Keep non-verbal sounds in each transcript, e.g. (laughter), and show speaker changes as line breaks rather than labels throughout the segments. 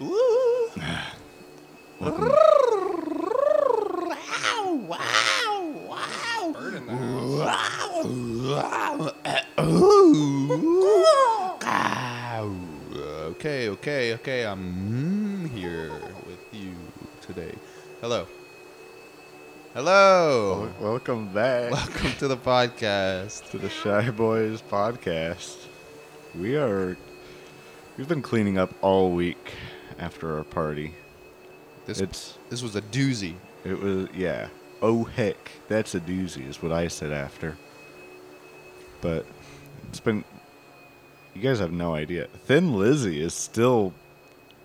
Ooh.
Welcome.
Wow, wow, wow.
Bird in the house.
Wow, wow. Uh, ooh.
Ow. Okay, okay, okay. I'm here with you today. Hello. Hello.
Wel- Welcome back
Welcome to the podcast.
to the Shy Boys podcast. We are we've been cleaning up all week after our party.
This
It's
this was a doozy.
it was yeah. Oh heck, that's a doozy is what I said after. But it's been you guys have no idea. Thin Lizzy is still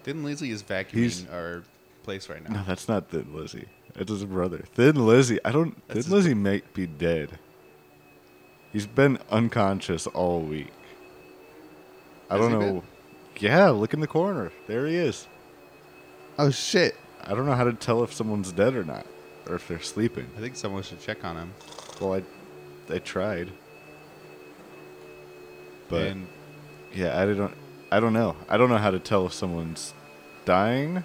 Thin Lizzy is vacuuming
He's-
our place right now.
No, that's not Thin Lizzy. It's his brother. Thin Lizzy. I don't
That's his
Thin Lizzy might be dead. He's been unconscious all week. I
Has
don't
he
know. Yeah, look in the corner. There he is.
Oh shit.
I don't know how to tell if someone's dead or not. Or if they're sleeping.
I think someone should check on him.
Well I I tried. But
and
yeah, I don't I don't know. I don't know how to tell if someone's dying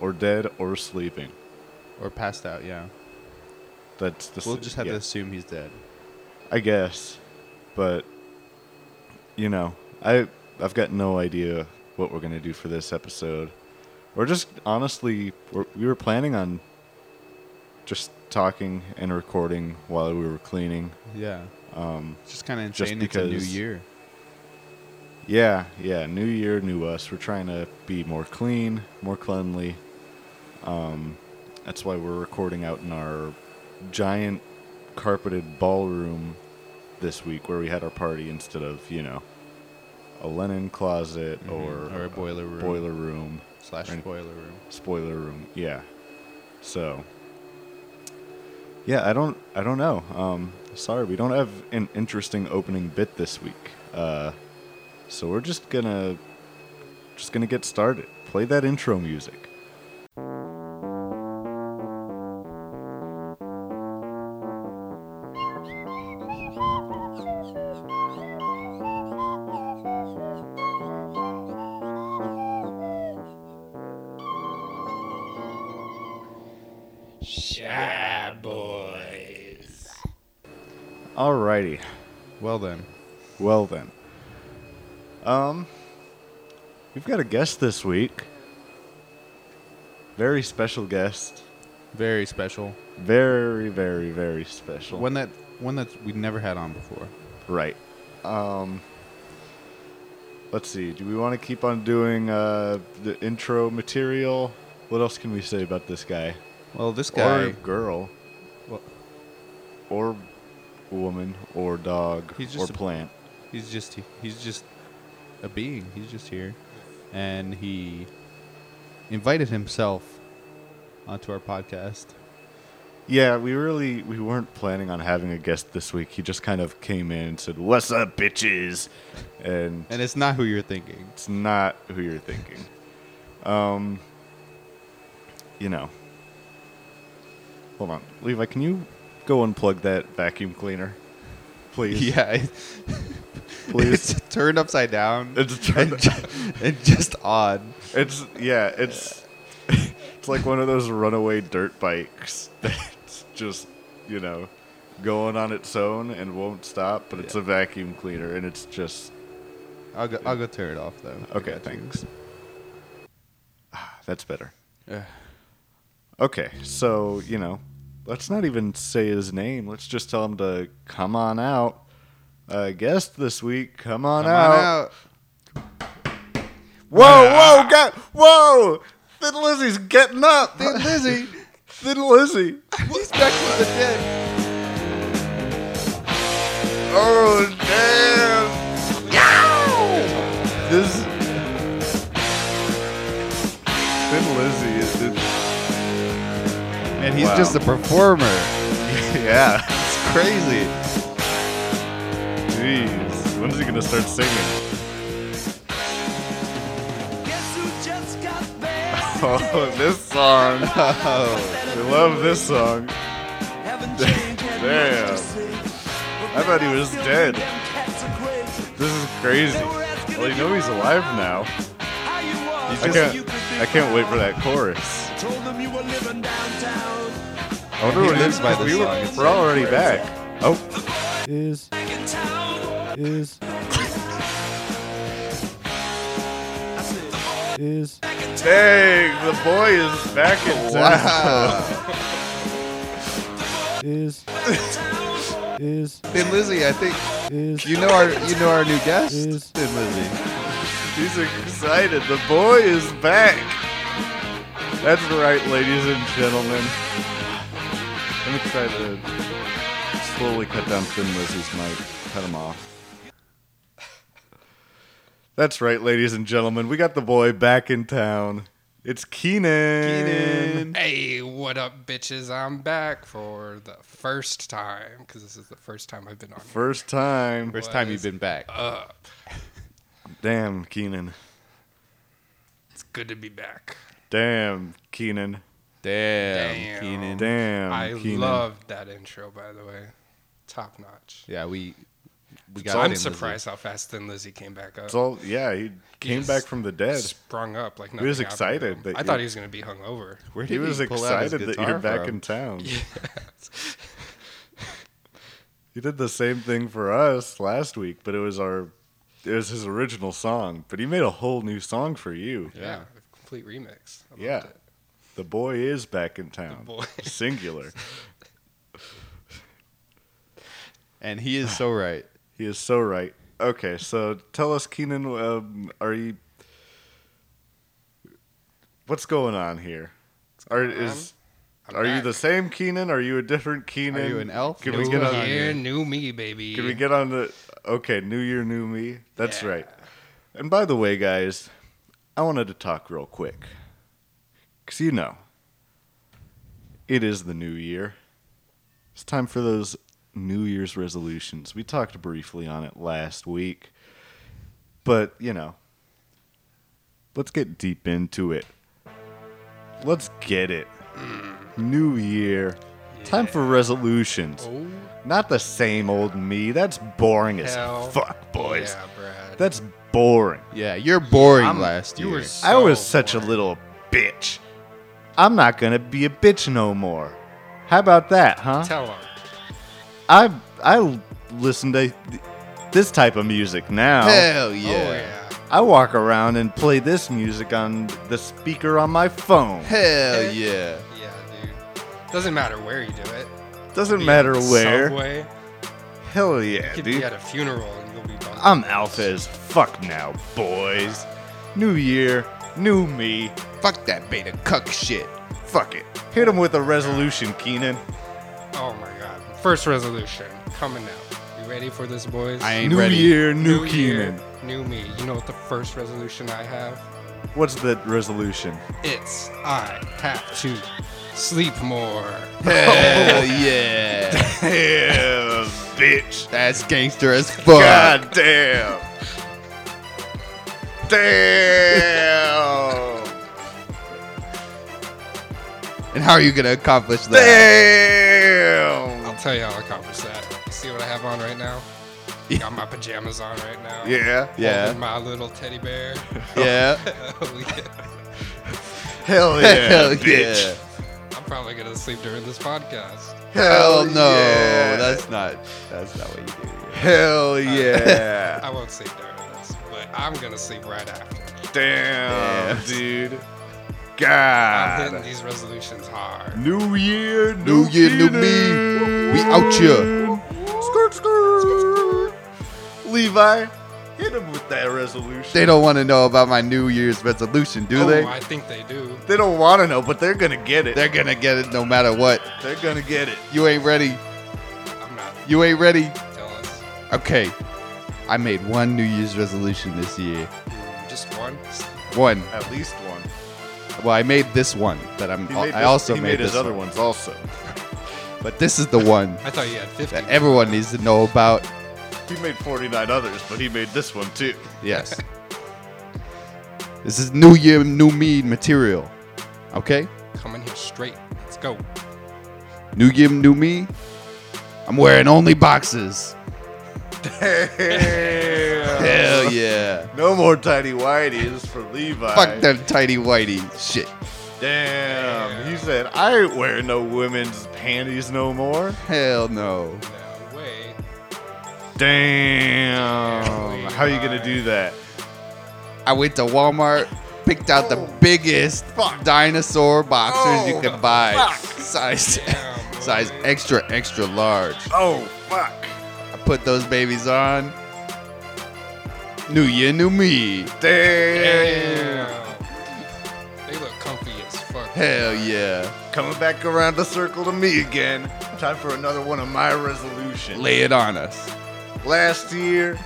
or dead or sleeping.
or passed out, yeah.
That's the
We'll just have
yeah.
to assume he's dead.
I guess, but you know, I I've got no idea what we're gonna do for this episode. We're just honestly we're, we were planning on just talking and recording while we were cleaning.
Yeah.
Um,
It's just kinda
Just
insane it's a new
because-
year.
yeah, yeah, new year, new us. We're trying to be more clean, more cleanly. Um, that's why we're recording out in our giant carpeted ballroom this week where we had our party instead of, you know, a linen closet
Mhm,
or, uh,
or a boiler room.
Boiler room.
Slash
Right.
spoiler room.
Spoiler room. Yeah. So Yeah, I don't I don't know. Um sorry, we don't have an interesting opening bit this week. Uh so we're just gonna just gonna get started. Play that intro music.
Shy boys.
Alrighty.
Well then.
Well then. Um we've got a guest this week. Very special guest.
Very special.
Very, very, very special.
One that one that we never had on before.
Right. Um, let's see. Do we want to keep on doing uh, the intro material? What else can we say about this guy?
Well, this
Or
guy,
girl.
Well-
Or woman. Or dog.
He's
or
just a-
plant.
he's just he's just a being. He's just here, and he invited himself onto our podcast.
Yeah, we really we weren't planning on having a guest this week. He just kind of came in and said, "What's up, bitches?" And
And it's not who you're thinking.
it's not who you're thinking. Um, you know. Hold on, Levi. Can you go unplug that vacuum cleaner, please?
(laughs) Yeah, it- (laughs)
please.
it's turned upside down
it's turned,
and, ju- (laughs) and just odd.
it's yeah. It's it's like one of those runaway dirt bikes (laughs) that's just you know going on its own and won't stop, but it's a vacuum cleaner and it's just
I'll go, I'll go tear it off though. I
okay.
got you.
Thanks. Ah, that's better.
Ugh.
Okay, so, you know, let's not even say his name. Let's just tell him to come on out. Uh, guest this week, come on,
Come on
out.
out.
Whoa, whoa, God, whoa! Thin Lizzy's getting up!
Thin (laughs) Lizzy,
Thin Lizzy!
he's back from the dead.
Oh, damn! This. Thin Lizzy is. is-
And he's
Wow.
just a performer.
yeah.
It's crazy.
Jeez. When's he gonna start singing? (laughs)
Guess who just got
(laughs)
back?
Oh, this
(laughs)
song.
Oh,
I love this song.
Haven't changed,
(laughs)
had
Damn.
much to say.
I thought he was dead.
Them cats are crazy.
This is crazy.
They were asking
Well, you
if
know
you
he's
were
alive
alive.
now.
How you was I
I can't, I can't wait for that chorus.
Told them you were living downtown.
I wonder
He
what it
lives
is
by
because
this
we
song. (laughs) It's
We're already back. Oh,
is
Back in town.
is
I said,
is
back in town.
dang, the boy is back in town.
is is
Thin Lizzy, I think
is
you know our you know our new guest.
Is-
Thin Lizzy.
He's excited. The boy is back. That's right, ladies and gentlemen. Let me try to slowly cut down Thin Lizzy's mic. Cut him off. That's right, ladies and gentlemen. We got the boy back in town. It's Keenan.
Keenan.
Hey, what up, bitches? I'm back for the first time because this is the first time I've been on. here. Uh,
First time.
First time you've been back.
Damn, Keenan.
It's good to be back.
Damn, Keenan.
Damn,
Damn.
Keenan.
Damn,
I
Keenan.
loved that intro, by the way. Top notch.
Yeah, we we got.
So I'm
Thin Lizzy.
surprised how fast Thin Lizzy came back up.
It's all, yeah, he came
just
back from the dead.
Sprung up like nothing.
was
happened to
excited
him.
that
I thought
you-
he was gonna be hungover.
Where did
He was
pull out his
excited that
guitar
you're back
from?
in
(laughs)
town. He did the same thing for us last week, but it was our it was his original song, but he made a whole new song for you.
Yeah, a complete remix. I loved
Yeah.
it.
The boy is back in town.
boy.
Singular.
And he is so right.
He is so right. Okay, so tell us, Keenan, um, are you? What's going on here? Are is
I'm
are you
back.
the same Keenan? Are you a different Keenan?
an elf?
Can
New
we get on?
year, new me, baby?
Can we get on the okay? New year, new me. That's
Yeah.
right. And by the way, guys, I wanted to talk real quick because you know it is the new year. It's time for those New Year's resolutions. We talked briefly on it last week, but you know, let's get deep into it. Let's get it. New year. Time for resolutions.
Oh,
Not the same old me. That's boring
Hell
as fuck, boys.
yeah, Brad.
That's boring.
Yeah, you're boring last
you
year.
were. So
I was such a
boring.
little bitch. I'm not gonna be a bitch no more. How about that, huh?
Tell him.
I I listen to th- this type of music now.
Hell
Oh yeah.
I walk around and play this music on the speaker on my phone.
Hell yeah.
Yeah, dude. Doesn't matter where you do it.
Doesn't
Be
matter
at the
where.
Subway.
Hell yeah,
You could
dude.
be at a funeral and you'll be bumping.
I'm alpha as fuck now, boys. New year, new me.
Fuck that beta cuck shit.
Fuck it. Hit him with a resolution, Keenan.
Oh my god. First resolution coming out. You ready for this, boys?
I ain't
New
ready.
year, new,
year,
Keenan.
New me. You know what the first resolution I have?
What's the resolution?
It's I have to sleep
(laughs)
more.
(laughs) Hell yeah.
Damn, bitch.
That's gangster as fuck.
damn. Damn.
And how are you gonna accomplish that?
damn.
I'll tell you how I accomplish that. You see what I have on right now? Got my pajamas on right now.
Yeah.
Holding
Yeah.
My little
(laughs)
teddy bear. (laughs)
Yeah.
oh, yeah.
Hell yeah.
(laughs) Hell
bitch.
yeah.
I'm probably gonna sleep during this podcast.
Hell no.
yeah.
That's not. That's not what you do. (laughs)
Hell yeah.
I won't sleep during this, but I'm gonna sleep right after.
damn,
Damn.
dude.
Ah,
I'm
God.
hitting these resolutions hard.
New year,
New year, new me.
Keenan.
We out here.
Skirt, skirt. Levi, hit him with that resolution.
They don't want to know about my New Year's resolution, do
oh,
they?
I think they do.
They don't want to know, but they're gonna get it.
They're gonna get it no matter what.
They're gonna get it.
You ain't ready.
I'm not
You ain't ready.
telling us.
Okay. I made one New Year's resolution this year.
Mm, Just one.
One.
At least one.
Well, I made this one that I'm.
He
I
made this-
also
he
made,
made his
this
other
one,
ones also.
but this is the one
I thought you had 50.
that everyone needs to know about.
He made 49 others, but he made this one too.
Yes. this is new year, new me material. Okay?
Coming here straight. Let's go.
New year, new me. I'm wearing only boxes.
Damn.
Hell yeah.
No more tidy whiteys for Levi.
Fuck that tidy whitey shit.
Damn. He said, I ain't wearing no women's panties no more.
Hell no.
No way.
Damn. How you gonna do that?
I went to Walmart, picked out the biggest dinosaur boxers you could buy. Size
Damn,
(laughs) size
boy.
extra extra large.
Oh fuck.
I put those babies on. New year, new me.
Damn.
Damn. They look comfy as fuck.
Hell yeah.
Coming back around the circle to me again. Time for another one of my resolutions.
Lay it on us.
Last year,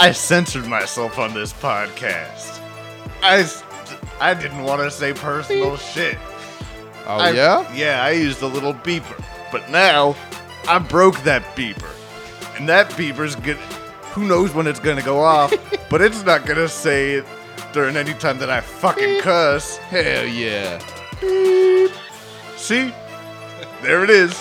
I censored myself on this podcast. I, s- I didn't want to say personal shit.
Oh
I-
yeah?
Yeah, I used a little beeper. But now, I broke that beeper. And that beeper's good. Who knows when it's gonna go off,
(laughs)
but it's not gonna say it during any time that
(laughs)
I fucking cuss.
Hell yeah.
See? There it is.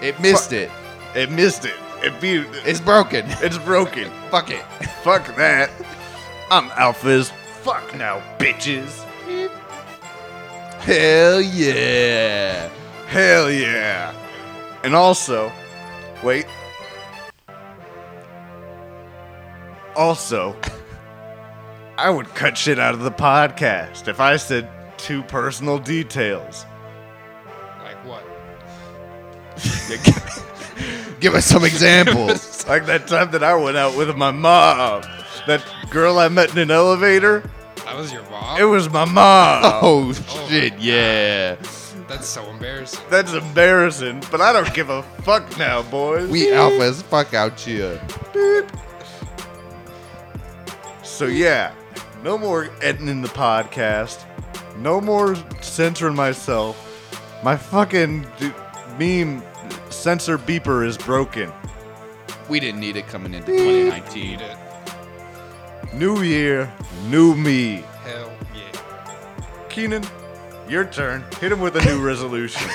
It missed it.
It missed it. It be
It's broken. (laughs)
it's broken.
Fuck it.
Fuck
(laughs)
that. I'm alpha as fuck now, bitches.
Hell yeah.
Hell yeah. And also, wait. Also, I would cut shit out of the podcast if I said two personal details.
Like what?
Give us some examples.
Like that time that I went out with my mom. That girl I met in an elevator,
That was your
it
mom?
was my mom.
(laughs) Oh shit, yeah.
That's so embarrassing.
That's embarrassing, but I don't give a fuck now, boys.
We alpha as fuck out here.
So yeah, no more editing the podcast. No more censoring myself. My fucking d- meme censor beeper is broken.
We didn't need it coming into 2019.
Eat it.
New year, new me.
Hell yeah.
Keenan, your turn. Hit him with a (laughs) new resolution.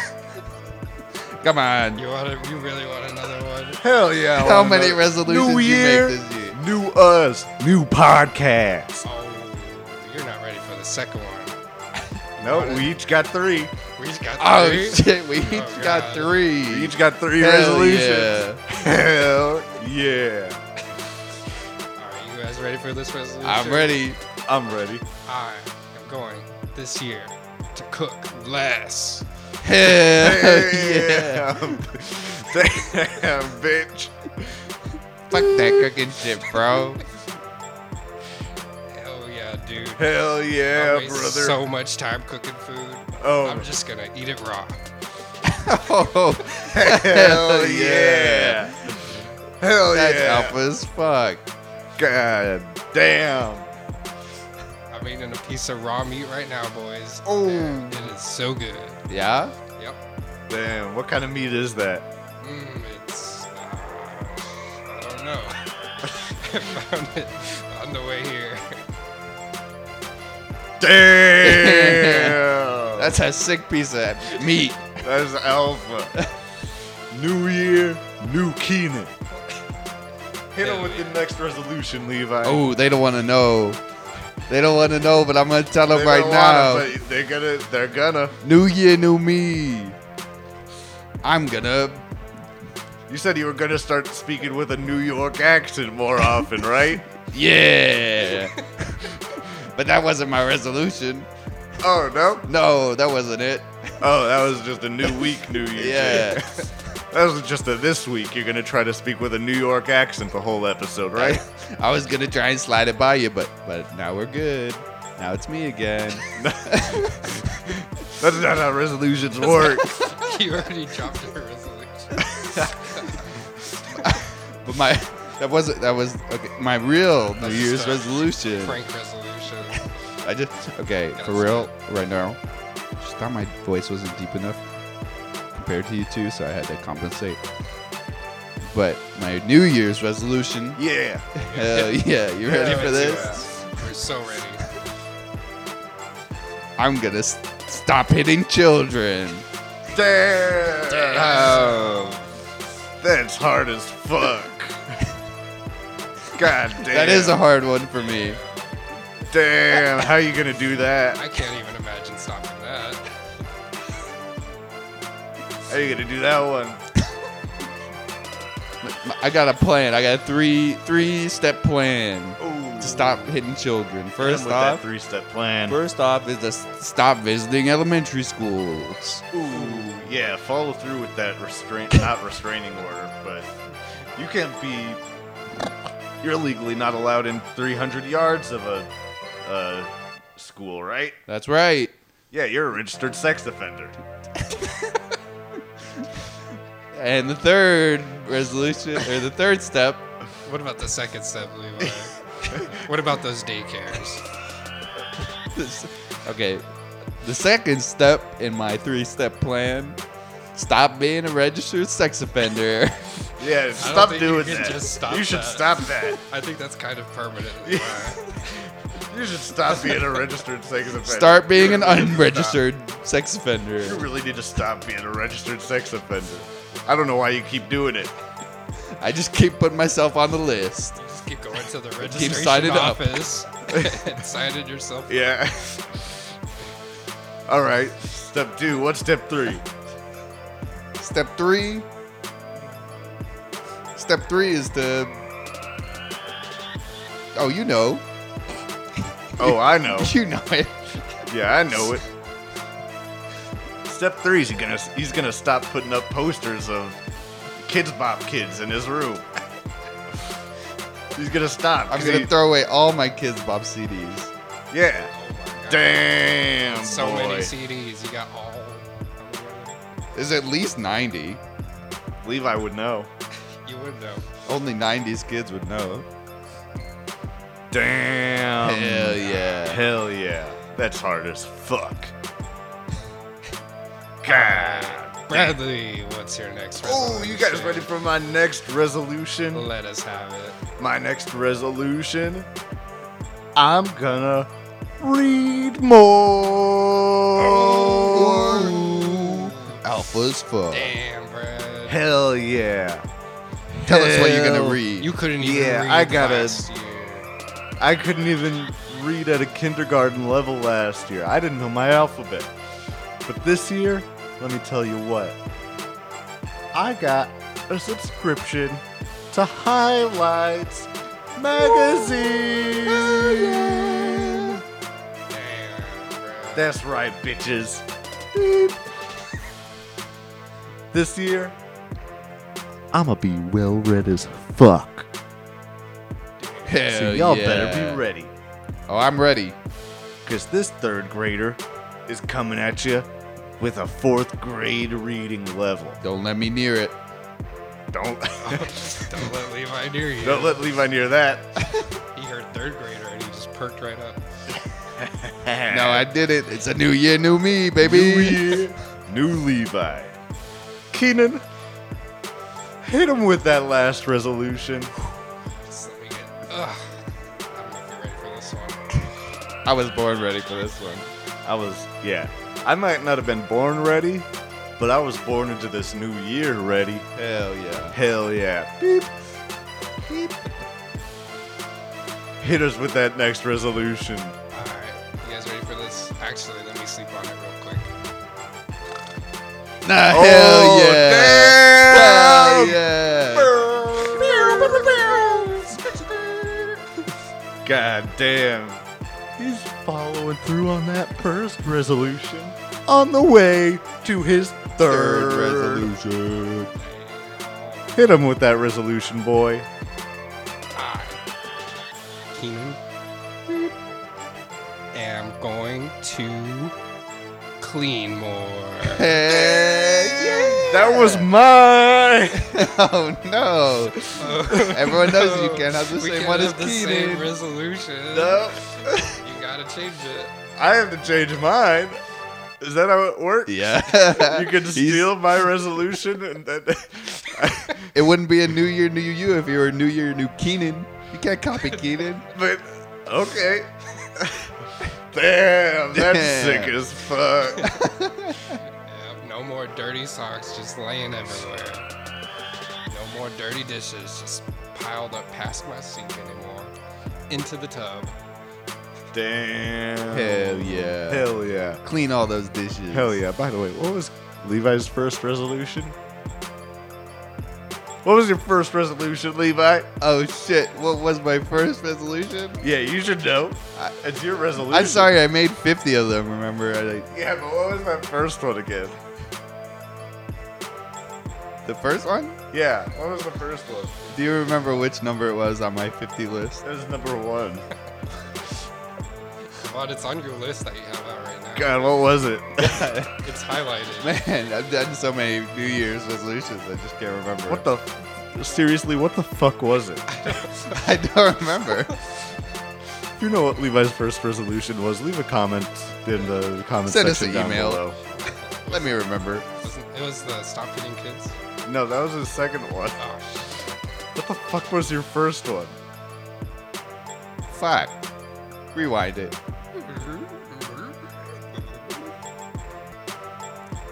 Come on.
You want you really want another one?
Hell yeah. I
How
wanna
many
know.
resolutions you
new
make
year,
this year?
New us, new podcast.
Oh, you're not ready for the second one.
No,
wanna-
we each got three.
We just got
Oh
three.
shit, we each
Oh,
got
God.
three.
We each got three
Hell
resolutions.
yeah.
(laughs) Hell yeah.
Are you guys ready for this resolution?
I'm ready.
I'm ready.
I am going this year to cook less.
Hell (laughs) yeah.
Damn. (laughs) Damn, bitch.
Fuck that cooking shit, bro.
Hell yeah, dude.
Hell
I
yeah,
waste
brother.
So much time cooking food.
Oh.
I'm just gonna eat it raw.
(laughs) Oh,
Hell
(laughs)
yeah. Hell
that's
yeah.
alpha as fuck.
God damn.
I'm eating a piece of raw meat right now, boys.
Oh.
and it is so good.
Yeah?
Yep.
Damn, what kind of meat is that?
Mm, it's. Uh, I don't know. (laughs) I found it on the way here. (laughs)
(laughs)
Damn.
That's a sick piece of meat.
That's alpha. new year, new Keenan. Hit him with the next resolution, Levi.
Oh, they don't want to know. They don't want to know, but I'm gonna tell them
They
right
don't
now.
want it, but they're gonna, they're gonna.
New year, new me. I'm gonna.
You said you were gonna start speaking with a New York accent more
(laughs)
often, right?
Yeah. (laughs) but that wasn't my resolution.
Oh no!
No, that wasn't it.
Oh, that was just a new week, New Year.
Yeah.
(laughs) that was just a this week. You're gonna try to speak with a New York accent the whole episode,
(laughs)
right?
I, (laughs) I was gonna try and slide it by you, but but now we're good. Now it's me again.
That's not how
(laughs)
resolutions work.
you already dropped your resolution.
But my that wasn't that was okay, my real New
That's
Year's
just a
resolution.
Frank resolution.
I just okay for real right now. Just thought my voice wasn't deep enough compared to you two, so I had to compensate. But my New Year's
(laughs)
resolution.
yeah.
Hell yeah! You ready
Give it
for
to
this?
us. We're so ready.
I'm gonna s- stop hitting children.
Damn. Uh,
Damn.
That's hard as fuck. God damn.
That is a hard one for me.
Damn, how you gonna do that?
I can't even imagine stopping that.
How you gonna do that one?
I got a plan. I got a three three step plan
Ooh.
to stop hitting children. First
First off,
off,
three step plan.
first off is to s- stop visiting elementary schools.
Ooh, yeah, follow through with that
(laughs)
restraint, not restraining order, but you can't be. You're legally not allowed in 300 yards of a, a school, right?
That's right.
Yeah, you're a registered sex offender.
And the third resolution or the third step,
What about the second step,
(laughs)
Levi? what about those daycares?
this- okay, the second step in my three step plan, stop being a registered sex offender.
Yeah, stop
think you
doing
can
that.
just stop
you should
that.
stop that.
I think that's kind of permanent.
(laughs)
Levi.
You should stop being a
(laughs)
registered sex offender.
Start being an
You really need to
unregistered sex
stop. You
offender.
really need to stop being a registered sex offender. I don't know why you keep doing it.
I just keep putting myself on the list.
Just keep going to the registration
signing up.
(laughs)
office and signing yourself.
Yeah. (laughs) All right. Step two. What's step three?
Step three. Step three is to. Oh, you know,
Oh, I know.
(laughs) you know it.
Yeah, I know it. Step three is he gonna he's gonna stop putting up posters of Kids Bop kids in his room. He's gonna stop.
I'm
'cause
gonna
he-
throw away all my kids' Bob CDs.
Yeah.
Oh my God.
Damn.
So
boy.
many CDs. You got all.
There's at least 90.
Levi would know.
You would know.
Only 90s kids would know.
Damn.
Hell yeah.
Hell yeah. That's hard as fuck. God.
Bradley, what's your next?
Oh, you guys
resolution?
ready for my next resolution?
Let us have it.
My next resolution I'm gonna read more.
Alpha's fuck.
Damn, Brad.
Hell yeah.
Tell us what you're
Hell.
gonna read.
You couldn't even.
Yeah,
read
I gotta-
last year.
I couldn't even read at a kindergarten level last year. I didn't know my alphabet. But this year, let me tell you what. I got a subscription to Highlights Magazine.
Damn,
(laughs)
Brad.
That's right, bitches. Beep. This year, I'ma be well read as fuck.
Hell
so y'all
yeah.
better be ready.
Oh, I'm ready.
Because this third grader is coming at you with a fourth grade reading level.
Don't let me near it.
Don't, (laughs)
Don't let Levi near you.
don't let Levi near that.
He heard third grader and he just perked right up.
(laughs) No,
(laughs)
I did it. It's a new year, new me, baby.
Eh. New year, new Levi. Keenan, hit him with that last resolution.
Just let me get. Ugh. I don't know if you're ready for this one.
I was born ready for this one.
I was, yeah. I might not have been born ready, but I was born into this new year ready.
Hell yeah.
Hell yeah. Beep. Beep. Hit us with that next (laughs) resolution.
Alright. You guys ready for this? Actually, let me sleep on it real quick.
Nah,
Oh,
hell yeah. Hell
damn.
yeah.
(laughs) God damn. He's following through on that first resolution on the way to his third,
Third resolution.
Hit him with that resolution, boy.
I, Keenan, am going to clean more.
Hell yeah.
That was mine.
(laughs) Oh no. Everyone knows
(laughs)
you can't have the
We
same
can't
one as
have the same
Keenan.
resolution. You gotta change it.
I have to change mine. Is that how it works?
Yeah.
You can
He's-
steal my resolution and then (laughs)
It wouldn't be a new year, new you if you were a new year, new Keenan. You can't copy Keenan.
but okay. Damn, that's
Damn.
sick as
(laughs)
fuck.
Yep, no more dirty socks just laying everywhere. No more dirty dishes just piled up past my sink anymore. Into the tub.
Damn.
Hell yeah.
Hell yeah.
Clean all those dishes.
Hell yeah. By the way, what was Levi's first resolution? What was your first resolution, Levi?
Oh shit! What was my first resolution?
Yeah, you should know. It's your resolution.
I'm sorry, I made 50 of them. Remember, I like
Yeah, but what was that first one again?
the first one.
Yeah, what was the first one?
Do you remember which number it was on my 50 list? (laughs)
That was number one.
Well, it's on your list that you have out right now.
God, what was (laughs) it?
It's
(laughs)
highlighted.
Man, I've done so many New Year's resolutions, I just can't remember.
What the? F- Seriously, what the fuck was it?
(laughs) I don't
(laughs)
remember.
If you know what Levi's first resolution was, leave a comment in the comment
Send us
section
an
down
email.
below.
Let me remember.
Wasn't- It was the stop feeding kids.
No, that was his second one.
Oh, sh-
What the fuck was your first one?
Fuck. Rewind it.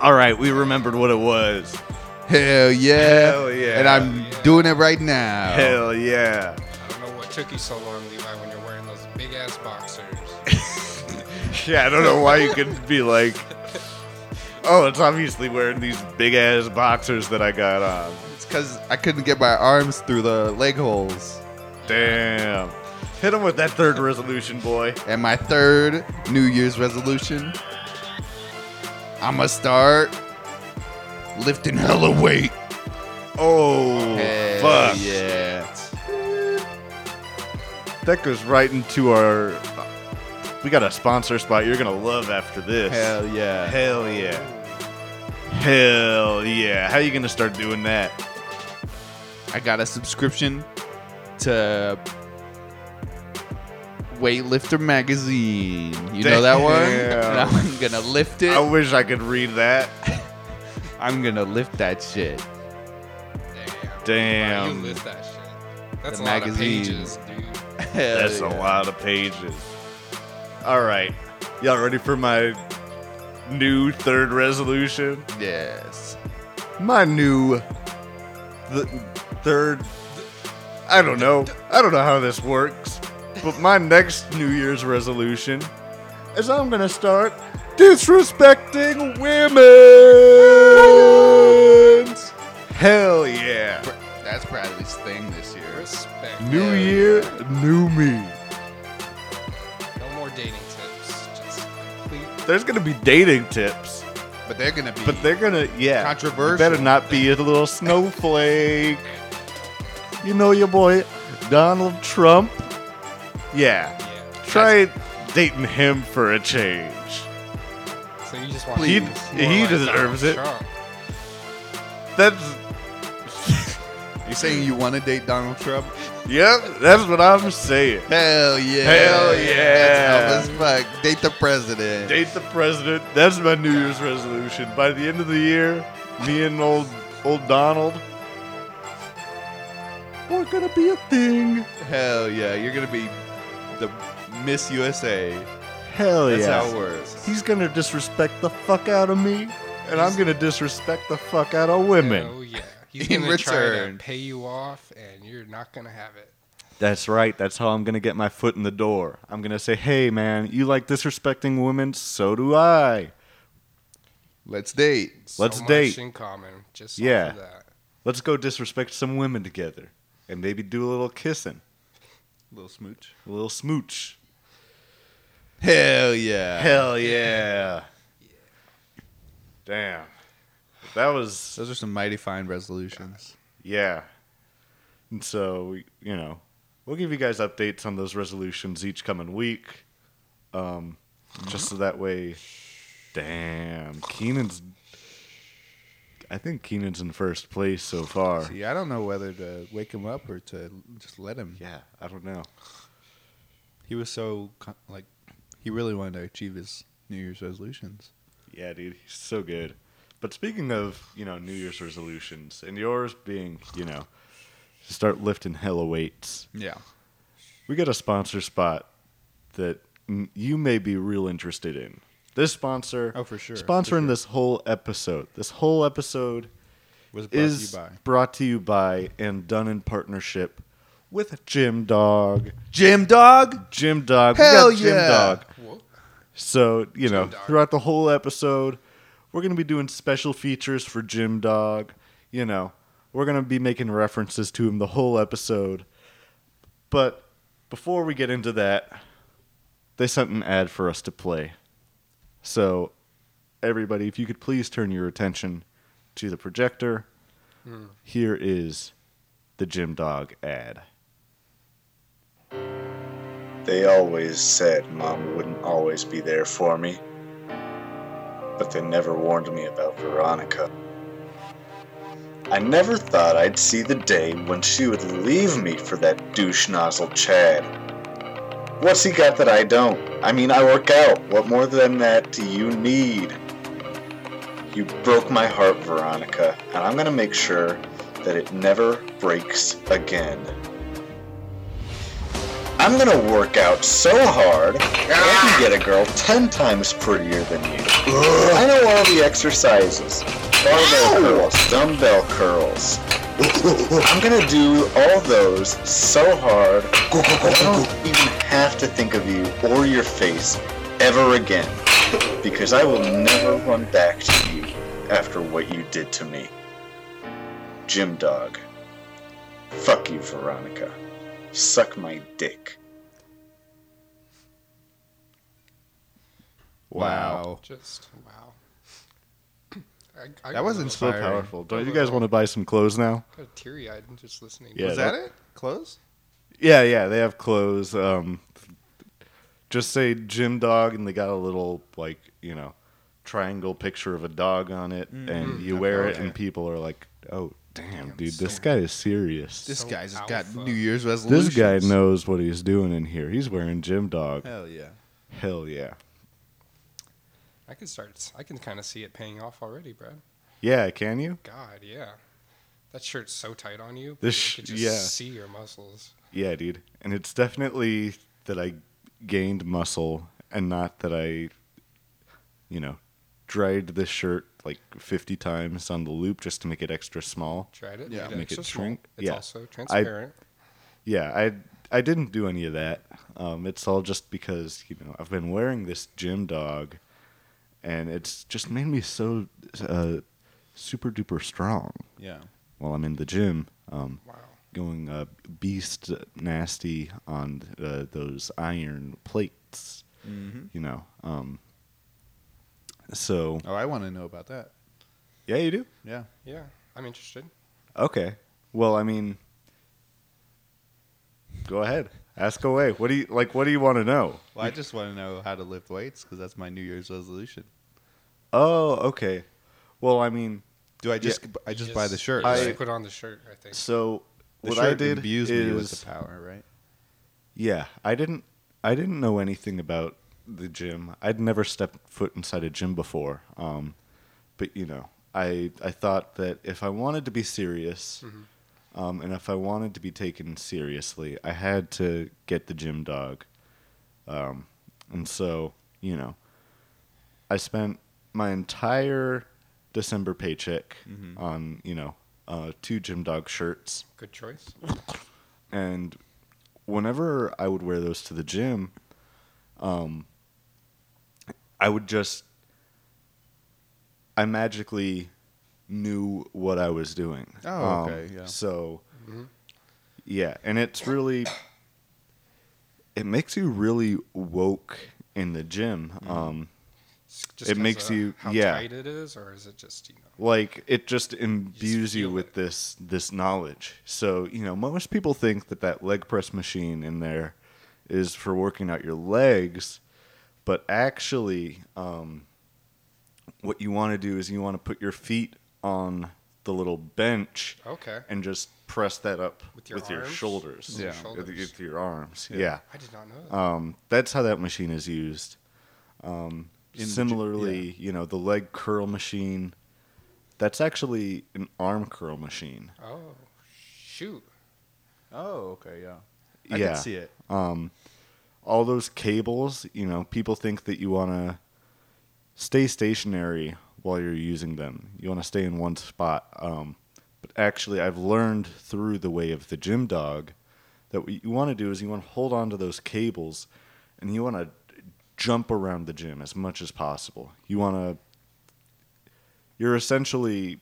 All right, we remembered what it was.
Hell yeah.
Hell yeah.
And I'm
Yeah.
doing it right now.
Hell yeah.
I don't know what took you so long, Levi, when you're wearing those big ass boxers.
Yeah, I don't know why you could be like, oh, it's obviously wearing these big ass boxers that I got on.
It's because I couldn't get my arms through the leg holes.
Damn. Hit him with that third resolution, boy.
And my third New Year's resolution I'ma start lifting hella weight.
Oh,
Hell
fuck. (laughs)
yeah.
That goes right into our. We got a sponsor spot you're going to love after this.
Hell yeah.
Hell yeah. Hell yeah. How you going to start doing that?
I got a subscription to Weightlifter Magazine. You know that one? And
Damn.
I'm gonna lift it.
I wish I could read that.
I'm gonna lift that shit.
Damn. Wow, you
Damn.
lit that shit. That's
The
a lot of
magazine.
pages, dude.
Hell
That's a
yeah.
lot of pages. All right. Y'all ready for my new third resolution?
Yes.
My new th- third. I don't know. I don't know how this works. But my next New Year's resolution is I'm going to start disrespecting women. Hell yeah.
Pr- That's Bradley's thing this year.
Respect.
New year, new me.
No more dating tips. Just complete.
There's going to be dating tips.
But they're gonna be.
But they're gonna, yeah.
Controversial.
You better not be a little snowflake. You know your boy Donald Trump. Yeah.
Yeah.
Try dating him for a change.
So you just want
He-
to be
he
more like
deserves
Donald
it.
Trump.
That's
You're saying you want to date Donald Trump?
yep. That's what I'm saying.
Hell yeah.
Hell
That's
yeah.
dumb as fuck. Date the president.
Date the president. That's my New Year's resolution. By the end of the year, me and old old Donald, we're gonna be a thing.
Hell yeah. You're gonna be the Miss USA.
Hell
That's
yeah.
how it works.
He's gonna disrespect the fuck out of me, and I'm gonna disrespect the fuck out of women.
Oh yeah. He's
(laughs)
In
gonna try
return.
to pay you off, and you're not gonna have it.
That's right. That's how I'm gonna get my foot in the door. I'm gonna say, "Hey, man, you like disrespecting women? So do I.
Let's date.
So
Let's
much
date.
in common. Just
Yeah.
Off of that.
Let's go disrespect some women together, and maybe do a little kissing,
Little smooch.
a little smooch."
Hell yeah.
Hell yeah! Damn, that was
Those are some mighty fine resolutions.
Yeah. And so, you know, we'll give you guys updates on those resolutions each coming week. Um, just so that way. Damn. Keenan's. I think Keenan's in first place so far.
See, I don't know whether to wake him up or to just let him.
Yeah, I don't know.
He was so con- like he really wanted to achieve his New Year's resolutions.
Yeah, dude, he's so good. But speaking of, you know, New Year's resolutions, and yours being, you know, to start lifting hella weights.
Yeah.
We got a sponsor spot that m- you may be real interested in. This sponsor,
Oh, for sure, for
sponsoring
sure.
this whole episode. This whole episode
Was brought
is
to you by
brought to you by and done in partnership with Jim Dog.
Jim Dog.
Jim Dog.
Hell
we got Jim
yeah.
Dog.
Whoa.
So, you know,
Dog.
throughout the whole episode, we're going to be doing special features for Jim Dog. You know, we're going to be making references to him the whole episode. But before we get into that, they sent an ad for us to play. So, everybody, if you could please turn your attention to the projector, here is the Jim Dog ad.
They always said Mom wouldn't always be there for me, but they never warned me about Veronica. I never thought I'd see the day when she would leave me for that douche nozzle Chad. What's he got that I don't? I mean, I work out. What more than that do you need? You broke my heart, Veronica, and I'm gonna make sure that it never breaks again. I'm gonna work out so hard I can get a girl ten times prettier than you. I know all the exercises. Barbell curls, dumbbell curls. I'm gonna do all those so hard that I don't even have to think of you or your face ever again. Because I will never run back to you after what you did to me. Jim Dog. Fuck you, Veronica. Suck my dick.
Just wow. (clears throat) I, I
That
got
was
a little-
So
inspiring.
powerful. Don't you guys want to buy some clothes now?
got teary eyed just listening.
Yeah.
Was that it? Close.
Yeah, yeah, they have clothes. Um, just say Jim Dog, and they got a little like you know triangle picture of a dog on it, and you wear it, and people are like, "Oh, Mm. damn, dude, this guy is serious. This,
This
So
guy's got
alpha.
New Year's resolutions.
guy knows what he's doing in here. He's wearing Jim Dog.
Hell yeah.
Hell yeah,
I can start. I can kind of see it paying off already, Brad.
yeah. Can you?
God, yeah. That shirt's so tight on you. but
This sh-
you can just
yeah.
see your muscles.
Yeah, dude. And it's definitely that I gained muscle, and not that I, you know, dried this shirt like 50 times on the loop just to make it extra small.
Tried it.
Yeah.
made
Make it
extra small.
shrink.
It's
Yeah.
also transparent.
yeah i i didn't do any of that um it's all just because you know i've been wearing this gym dog and it's just made me so uh super duper strong
Yeah.
while i'm in the gym um
wow.
going uh beast nasty on uh, those iron plates
Mm-hmm.
you know um so
Oh, I want to know about that.
yeah you do
Yeah.
Yeah. I'm interested.
okay well i mean go ahead ask away what do you like what do you want to know
Well, I just want to know how to lift weights because that's my New Year's resolution.
Oh, okay. Well, I mean,
Do I just
Yeah.
I just buy the shirt?
I
right?
put on the shirt. I think.
so
The
what
shirt
I did
imbues
is
me with the power, right?
yeah, I didn't I didn't know anything about the gym. I'd never stepped foot inside a gym before. Um, but you know, I I thought that if I wanted to be serious, um, and if I wanted to be taken seriously, I had to get the gym dog. Um, and so you know, I spent my entire December paycheck on you know uh, two gym dog shirts
Good choice.
and whenever I would wear those to the gym, um, I would just I magically knew what I was doing. Um,
Oh, okay, yeah. Mm-hmm.
So, yeah, and it's really it makes you really woke in the gym.
Mm-hmm.
Um,
S- Just
It
'cause
makes
of
you-
how
yeah.
tight it is, or is it just you know?
like it just imbues you
feel
with
it.
this this knowledge so you know most people think that that leg press machine in there is for working out your legs but actually um, what you want to do is you want to put your feet on the little bench
Okay.
and just press that up
With your arms?
shoulders
With your
with-
shoulders.
with your arms yeah,
I did not know that.
Um, that's how that machine is used Um,
In the gy-
Similarly, you know, the leg curl machine, that's actually an arm curl machine.
oh, shoot.
Oh, okay, yeah. I
yeah.
can see it.
All those cables, you know, people think that you want to stay stationary while you're using them. You want to stay in one spot. Um, but actually, I've learned through the way of the gym dog that what you want to do is you want to hold on to those cables and you want to jump around the gym as much as possible. You want to you're essentially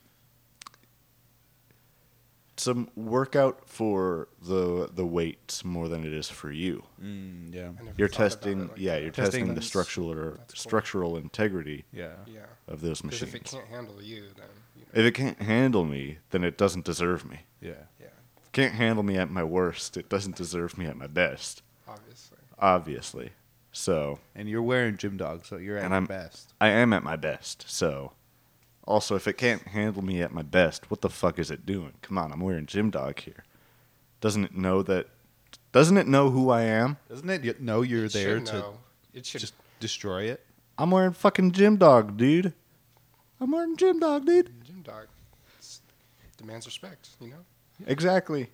some workout for the the weights more than it is for you.
Mm, yeah.
I never
You're
thought about
testing
it like
yeah,
that.
you're
Testing
testing the
things.
structural or
That's cool.
structural integrity
Yeah.
Yeah.
of those
Because
machines.
if it can't handle you, then you know,
if it can't handle me, then it doesn't deserve me.
Yeah.
yeah,
Can't handle me at my worst, it doesn't deserve me at my best,
obviously.
obviously. So,
And you're wearing gym dogs, so you're at
And
your
I'm-
best.
I am at my best. So, also, if it can't handle me at my best, what the fuck is it doing? Come on, I'm wearing Gym Dog here. Doesn't it know that? Doesn't it know who I am?
Doesn't it y- know you're
It
there
should
to
know. It should.
just destroy it?
I'm wearing fucking Gym Dog, dude. I'm wearing Gym Dog, dude.
Gym dog it's, demands respect. You know.
Exactly.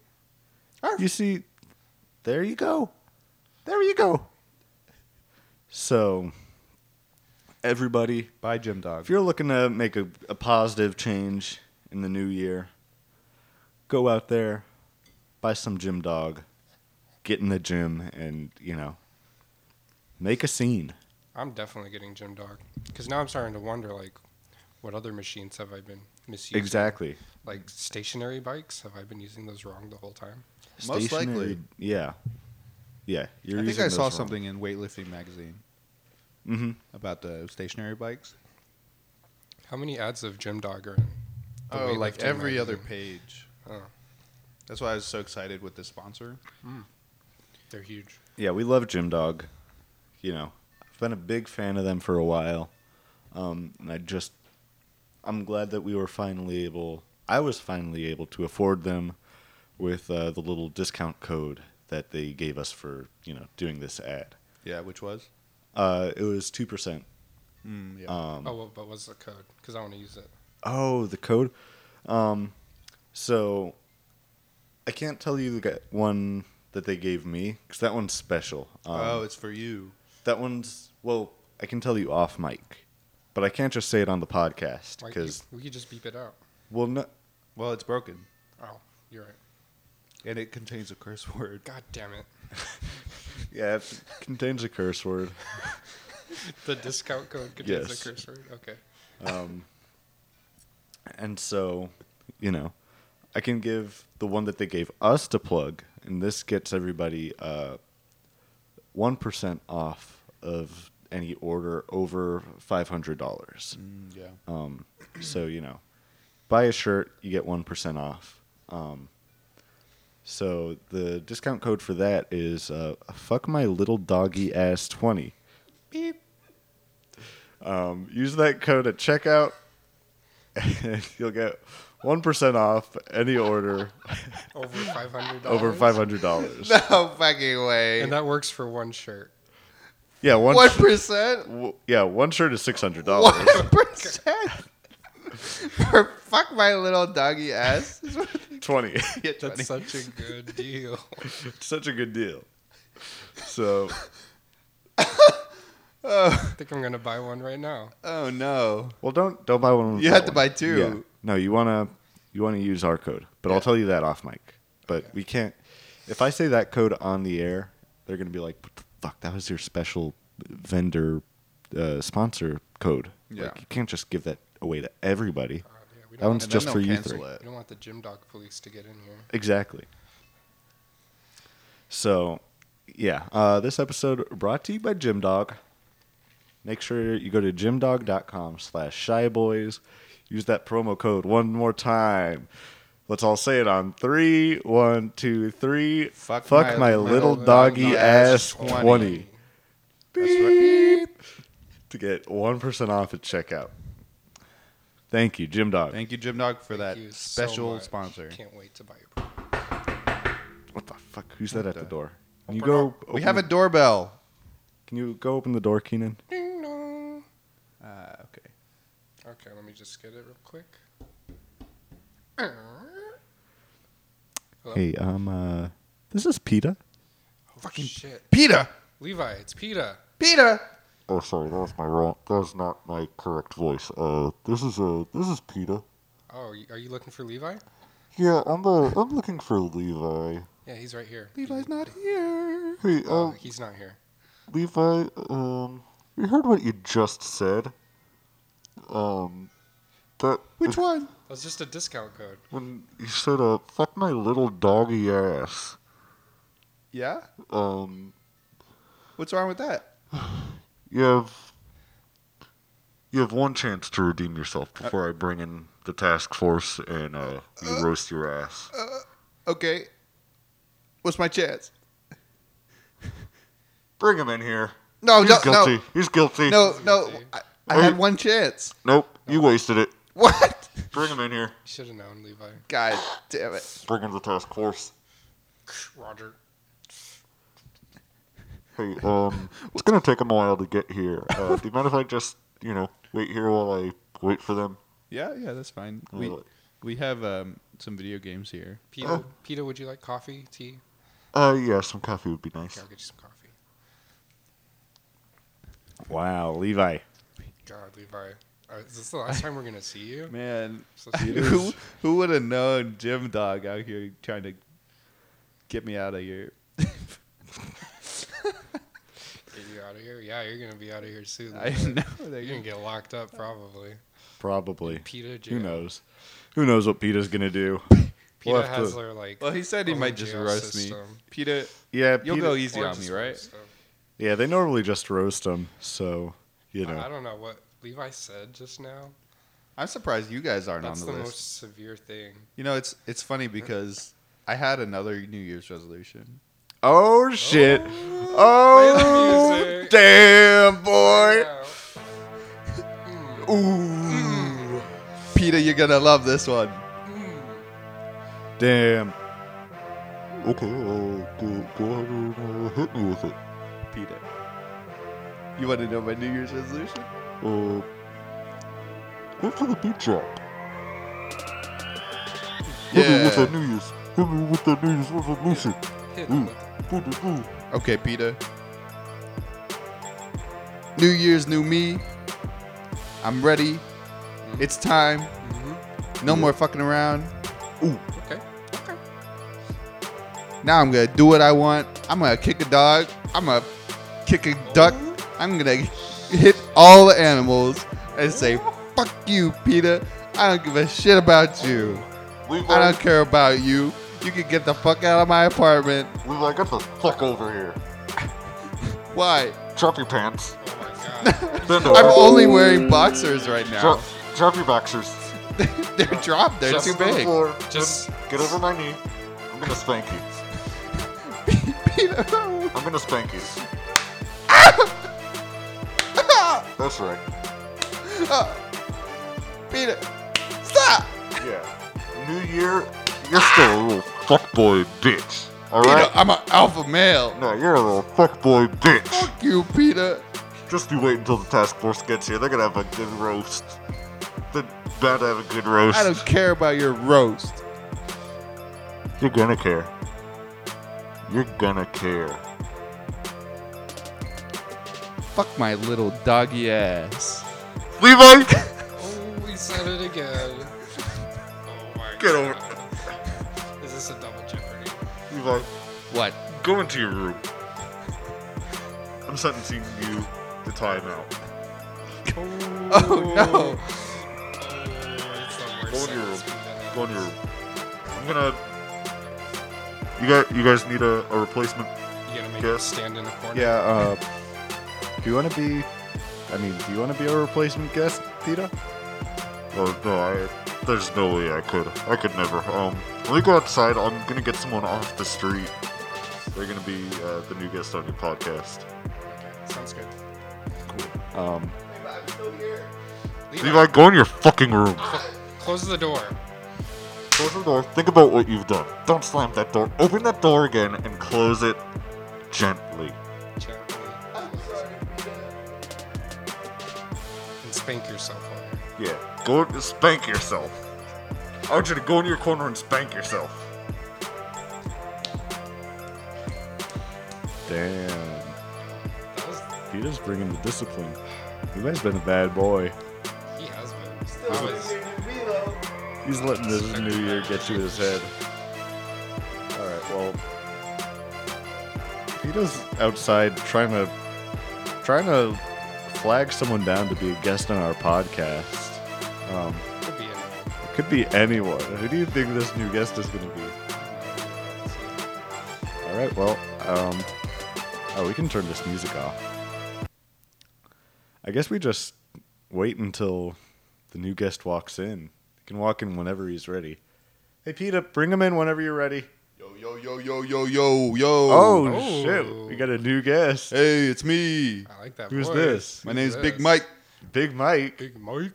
You see, there you go. There you go. So, everybody,
Buy gym dog.
If you're looking to make a, a positive change in the new year, go out there, buy some gym dog, get in the gym, and, you know, make a scene.
I'm definitely getting Gym Dog because now I'm starting to wonder like, what other machines have I been misusing?
Exactly.
Like stationary bikes, have I been using those wrong the whole time?
Most likely.
Yeah. Yeah. You're
I think
using
I
those
saw
wrong.
something in weightlifting magazine
Mhm.
about the stationary bikes.
How many ads of Gym Dog are in? the
oh, like
weightlifting
every
magazine?
other page.
Oh.
That's why I was so excited with the sponsor.
They're huge.
Yeah, we love Gym Dog. You know, I've been a big fan of them for a while. Um, and I just, I'm glad that we were finally able, I was finally able to afford them with uh, the little discount code that they gave us for, you know, doing this ad.
Yeah, which was.
Uh, it was 2%.
Mm, yeah.
Um,
oh, well, but what's the code? Because I want to use it.
Oh, the code. Um, so I can't tell you the g- one that they gave me because that one's special. Um,
oh, it's for you.
That one's well, I can tell you off mic, but I can't just say it on the podcast
Like,
because
we could just beep it out.
well, no,
Well, it's broken,
Oh, you're right.
and it contains a curse (laughs) word.
God damn it.
yeah, it contains a curse word.
The discount code contains
Yes.
a curse word. Okay.
Um, and so, you know, I can give the one that they gave us to plug, and this gets everybody uh, one off of any order over five hundred dollars.
Mm, yeah.
Um, so you know, buy a shirt, you get one percent off. Um, so the discount code for that is uh, "fuck my little doggy ass 20 Beep. Um, use that code at checkout, and (laughs) you'll get one percent off any order
Over five hundred.
over five hundred dollars.
No fucking way.
And that works for one shirt.
Yeah, one.
One percent. (laughs)
w- yeah, one shirt is six hundred dollars.
One percent. For fuck my little doggy ass.
Twenty. (laughs)
Get
That's
20.
such a good deal. (laughs)
Such a good deal. So
I think I'm gonna buy one right now.
oh no.
Well, don't don't buy one.
You
for
have to
one.
buy two.
Yeah. No, you wanna you wanna use our code, but I'll tell you that off mic. But we can't. If I say that code on the air, they're gonna be like, "What the fuck? That was your special vendor uh, sponsor code.
Yeah. Uh,
Like, you can't just give that away to everybody.
God, yeah, we
That
don't
one's
then
want,
just
they'll
for you
cancel
three.
it.
we don't want the gym dog police to get in here.
Exactly. So, yeah, uh, this episode brought to you by Jim Dog. Make sure you go to gymdog.com slash shyboys. Use that promo code one more time. Let's all say it on three, one, two, three.
Fuck
my,
my
little,
little
doggy,
doggy
ass
ass 20.
20. Beep. To get 1% off at checkout. Thank you, Jim Dog.
Thank you, Jim Dog, for that
Thank you so
special
much.
sponsor.
Can't wait to buy your product.
what the fuck? Who's that at the
the-
door? Can you
Open
go?
We
open-
have a doorbell.
Can you go open the door, Keenan?
Ding dong.
Uh,
Ah,
okay.
Okay, let me just get it real quick. (clears throat) Hello?
Hey, um, uh, this is PETA.
Oh, Fucking shit.
Peter.
Levi, it's PETA.
Peter.
Oh, sorry, that was my wrong. That was not my correct voice. Uh, this is uh, this is Peter.
Oh, y- are you looking for Levi?
Yeah, I'm uh, I'm looking for Levi.
Yeah, he's right here.
Levi's not here.
Hey,
Oh,
um,
he's not here.
Levi, um, we heard what you just said. Um, that
Which one?
That's just a discount code.
when you said, uh, fuck my little doggy ass.
Yeah.
Um,
What's wrong with that?
you have. You have one chance to redeem yourself before I bring in the task force and, uh, we roast your ass.
Okay. What's my chance?
Bring him in here.
No,
He's
no,
guilty. He's guilty.
no, no, no. I, I had one chance. (laughs)
Nope, you wasted it.
What?
Bring him in here.
Should have known, Levi.
God damn it!
Bring him to the task force.
Roger.
Hey, um, it's gonna take him a while to get here. Uh, do you mind if I just, you know, wait here while I wait for them?
Yeah, yeah, that's fine. We
Really?
we have um, some video games here.
Peter, Peter, would you like coffee, tea?
Uh, yeah, some coffee would be nice.
Okay, I'll get you some coffee.
Wow, Levi.
God, Levi. Uh, is this the last time we're gonna see you?
Man, (laughs)
So
who who would have known Jim Dog out here trying to get me out of here?
Get you out of here? Yeah, you're gonna be out of here soon.
I
Levi.
(laughs) know
You're gonna
they
get locked up probably.
Probably.
Peter, jail.
Who knows? Who knows what Peta's gonna do?
Peter
We'll have to-
Hasler, like.
Well, he said he
own
might just
jail
roast me.
system.
Peter,
Yeah,
you'll
Peta-
go easy
Or
on me,
just
right?
roast him.
Yeah, they normally just roast him, so you
I- I
know.
don't know what Levi said just now.
I'm surprised you guys aren't
That's
on the,
the,
list.
most severe thing.
You know, it's it's funny because I had another New Year's resolution.
Oh shit!
Oh. Play
Oh
the music.
damn, boy!
Yeah.
Peter, you're gonna love this one.
Damn.
Okay, uh, go, go ahead and uh, hit me with it.
Peter. You want to know my New Year's resolution?
Uh, hit for the beat drop. Hit me with
Yeah.
that New Year's. Hit me with that New Year's resolution.
Hit him
Ooh,
with it.
ooh, ooh, ooh.
Okay, Peter. New Year's, new me. I'm ready. It's time. No more fucking around.
Okay. Okay.
Now I'm gonna do what I want. I'm gonna kick a dog. I'm gonna kick a duck. I'm gonna hit all the animals and say, fuck you, Peter. I don't give a shit about you. I
Levi,
don't care about you. You can get the fuck out of my apartment.
Levi, get the fuck over here.
Why?
Drop your pants.
Oh my god.
Bend
I'm
over.
only wearing boxers right now.
Drop, drop your boxers.
(laughs) They're dropped. They're
Drop
too
them to the
big.
floor.
Just-
Then get over my knee. I'm gonna spank you.
Peter, no.
I'm gonna spank you. That's right.
Peter, Uh, stop.
Yeah. New year, you're still a little fuckboy bitch.
Peter,
Alright?
I'm an alpha male.
No, you're a little fuckboy bitch.
Fuck you, Peter.
Just you wait until the task force gets here. They're gonna have a good roast. They're bound to have a good roast.
I don't care about your roast.
You're gonna care. You're gonna care.
Fuck my little doggy ass.
Levi!
Oh, we said it again. Oh my
Get over
god. Is this a double jeopardy?
Levi,
What?
go into your room. I'm sentencing you to timeout.
Oh no.
Oh, it's the worst
Go into your room.
sentence we've done.
Go into your room. I'm gonna. You guys, you guys need a, a replacement.
You gonna make him
Yes.
stand in the corner?
Yeah. Uh, do you want to be? I mean, do you want to be a replacement guest, Peta?
Oh no, I, there's no way I could. I could never. Um, let me go outside. I'm gonna get someone off the street. They're gonna be uh, the new guest on your podcast.
Sounds good.
Um,
Levi,
Levi, go in your fucking room.
close the door.
Close the door. Think about what you've done. Don't slam that door. Open that door again and close it gently.
Gently. And spank yourself on it.
Yeah. Go spank yourself. I want you to go into your corner and spank yourself.
damn.
That was,
Peta's bringing the discipline. Levi's been a bad boy.
he has been. Still
He's letting this new year get you his head. All right. Well, Vito's outside trying to trying to flag someone down to be a guest on our podcast. Um,
Could be anyone.
it could be anyone. Who do you think this new guest is going to be? All right. Well, um, oh, we can turn this music off. I guess we just wait until the new guest walks in. He can walk in whenever he's ready. Hey, Peter, bring him in whenever you're ready.
Yo, yo, yo, yo, yo, yo, yo.
Oh,
Oh.
shit! We got a new guest.
Hey, it's me.
I like that.
Who's
voice.
this?
My
Who's
name's Big
this?
Mike.
Big Mike,
Big Mike.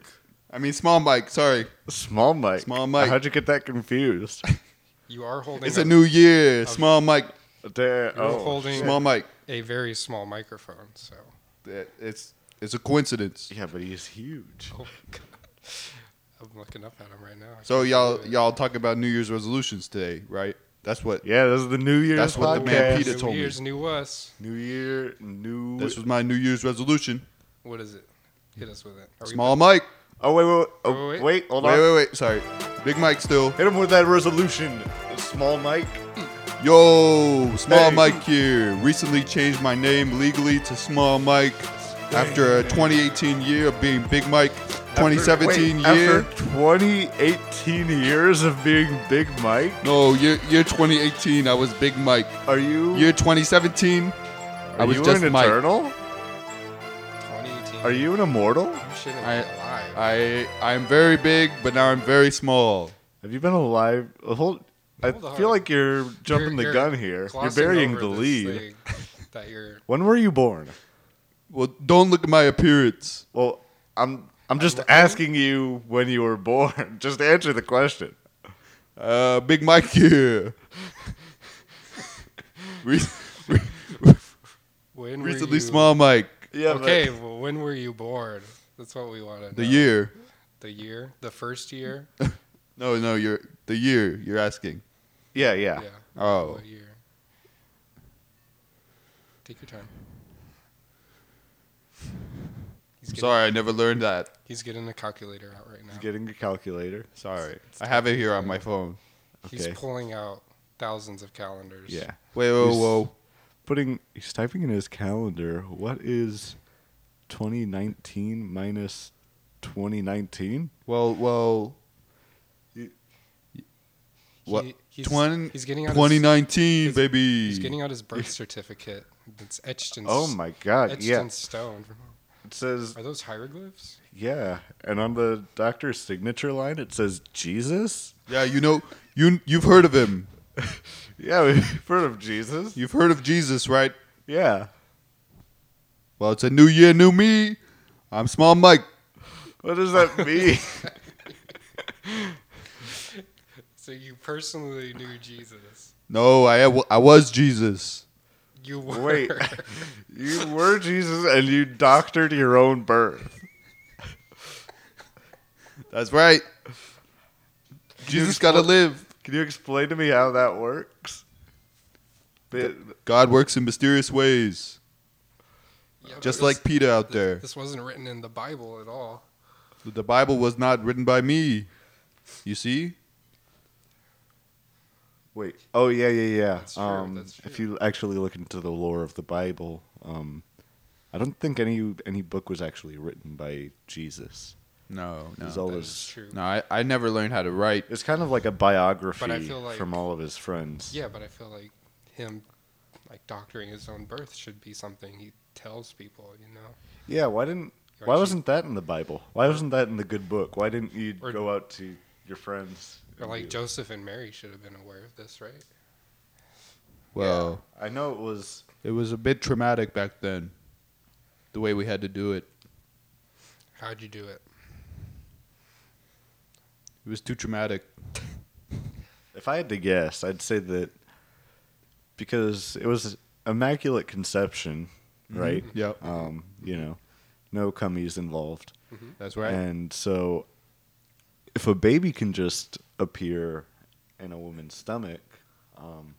I mean, Small Mike, sorry.
small Mike.
Small Mike.
How'd you get that
(laughs)
confused?
You are holding.
It's a new year. Small Mike.
There.
You're
Oh,
holding
Small Mike.
a very small microphone.
(laughs)
So.
That- It's it's a coincidence.
yeah, but he's huge.
Oh my god. I'm looking up at him right now. I
So
can't
y'all
believe it.
y'all talk about New Year's resolutions today, right? That's what.
Yeah, this is the New Year's
That's what the man
podcast.
Peter
New
told me.
Year's new us.
New Year, new.
This was my New Year's resolution.
What is it? Hit us with it. Are we-
Small Mike.
oh wait, wait, wait, oh,
Oh,
wait,
wait.
hold
Wait,
on.
wait, wait. Sorry. Big Mike still.
Hit him with that resolution, small Mike.
Yo, Small
Hey.
Mike here. Recently changed my name legally to Small Mike after a 2018 year of being Big Mike. 2017
After- wait,
year.
After 2018 years of being Big Mike,
No, year, year 2018, I was Big Mike.
are you?
Year 2017,
are
I was
you
just
an
Mike.
eternal?
2018.
Are you an immortal?
You shouldn't
I-
be alive.
I I'm very big, but now I'm very small.
Have you been alive? uh, Hold. I
Hold
feel
on.
like you're jumping the
You're-
gun here. You're
glossing
burying
over
the
this
lead.
thing That you're.
When were you born?
Well, don't look at my appearance.
Well, I'm I'm just asking you when you were (laughs) born. Just answer the question.
Uh, Big Mike here. (laughs) Re- re-
When were
recently,
you-
small Mike.
Yeah.
okay, well, when were you born? That's what we want to know.
The year.
The year? The first year?
No, no, you're the year. You're asking.
yeah, yeah.
yeah.
Oh.
What year? Take your time. He's getting,
Sorry, I never learned that.
He's getting the calculator out right now. He's,
Getting a calculator.
Sorry, I have it here on my phone.
okay.
pulling out thousands of calendars.
Yeah.
Wait, whoa,
He's-
whoa.
Putting he's typing in his calendar. What is 2019 minus 2019?
Well, well. What?
He- he's,
Twen-
he's getting out His,
2019,
he's-
baby.
he's getting out his birth certificate. It's etched in.
(laughs) Oh
s-
my god.
Etched
Yeah.
in stone.
It says
Are those hieroglyphs?
yeah, and on the doctor's signature line it says Jesus.
yeah, you know, you you've heard of him.
Yeah, we've (laughs) heard of Jesus.
You've heard of Jesus, right?
Yeah.
Well, it's a new year, new me. I'm Small Mike.
What does that mean?
So you personally knew Jesus.
No, I I was Jesus.
You were. (laughs)
Wait. you were Jesus and you doctored your own birth.
That's right. Jesus got to live.
Can you explain to me how that works? Bit-
God works in mysterious ways,
Yeah, but
just
this-
like Peter out there.
This wasn't written in the Bible at all.
The Bible was not written by me. You see?
Wait. Oh yeah, yeah, yeah.
That's true,
um,
that's
If you actually look into the lore of the Bible, um, I don't think any any book was actually written by Jesus.
No,
It was
no.
That
always-
is true.
No, I, I never learned how to write.
it's kind of like a biography
But I feel like-
from all of his friends.
Yeah, but I feel like him, like doctoring his own birth, should be something he tells people. You know,
Yeah. Why didn't?
Or
Why
Jesus.
wasn't that in the Bible? Why wasn't that in the good book? Why didn't you
Or-
go out to your friends?
or
and
like
you-
Joseph and Mary should have been aware of this, right?
Well,
I know it was.
it was a bit traumatic back then, the way we had to do it.
How'd you do it?
It was too traumatic.
If I had to guess, I'd say that because it was immaculate conception,
Mm-hmm.
right?
Yep,
Um, you know, no cummies involved.
that's Mm-hmm. right.
And so, if a baby can just appear in a woman's stomach, um,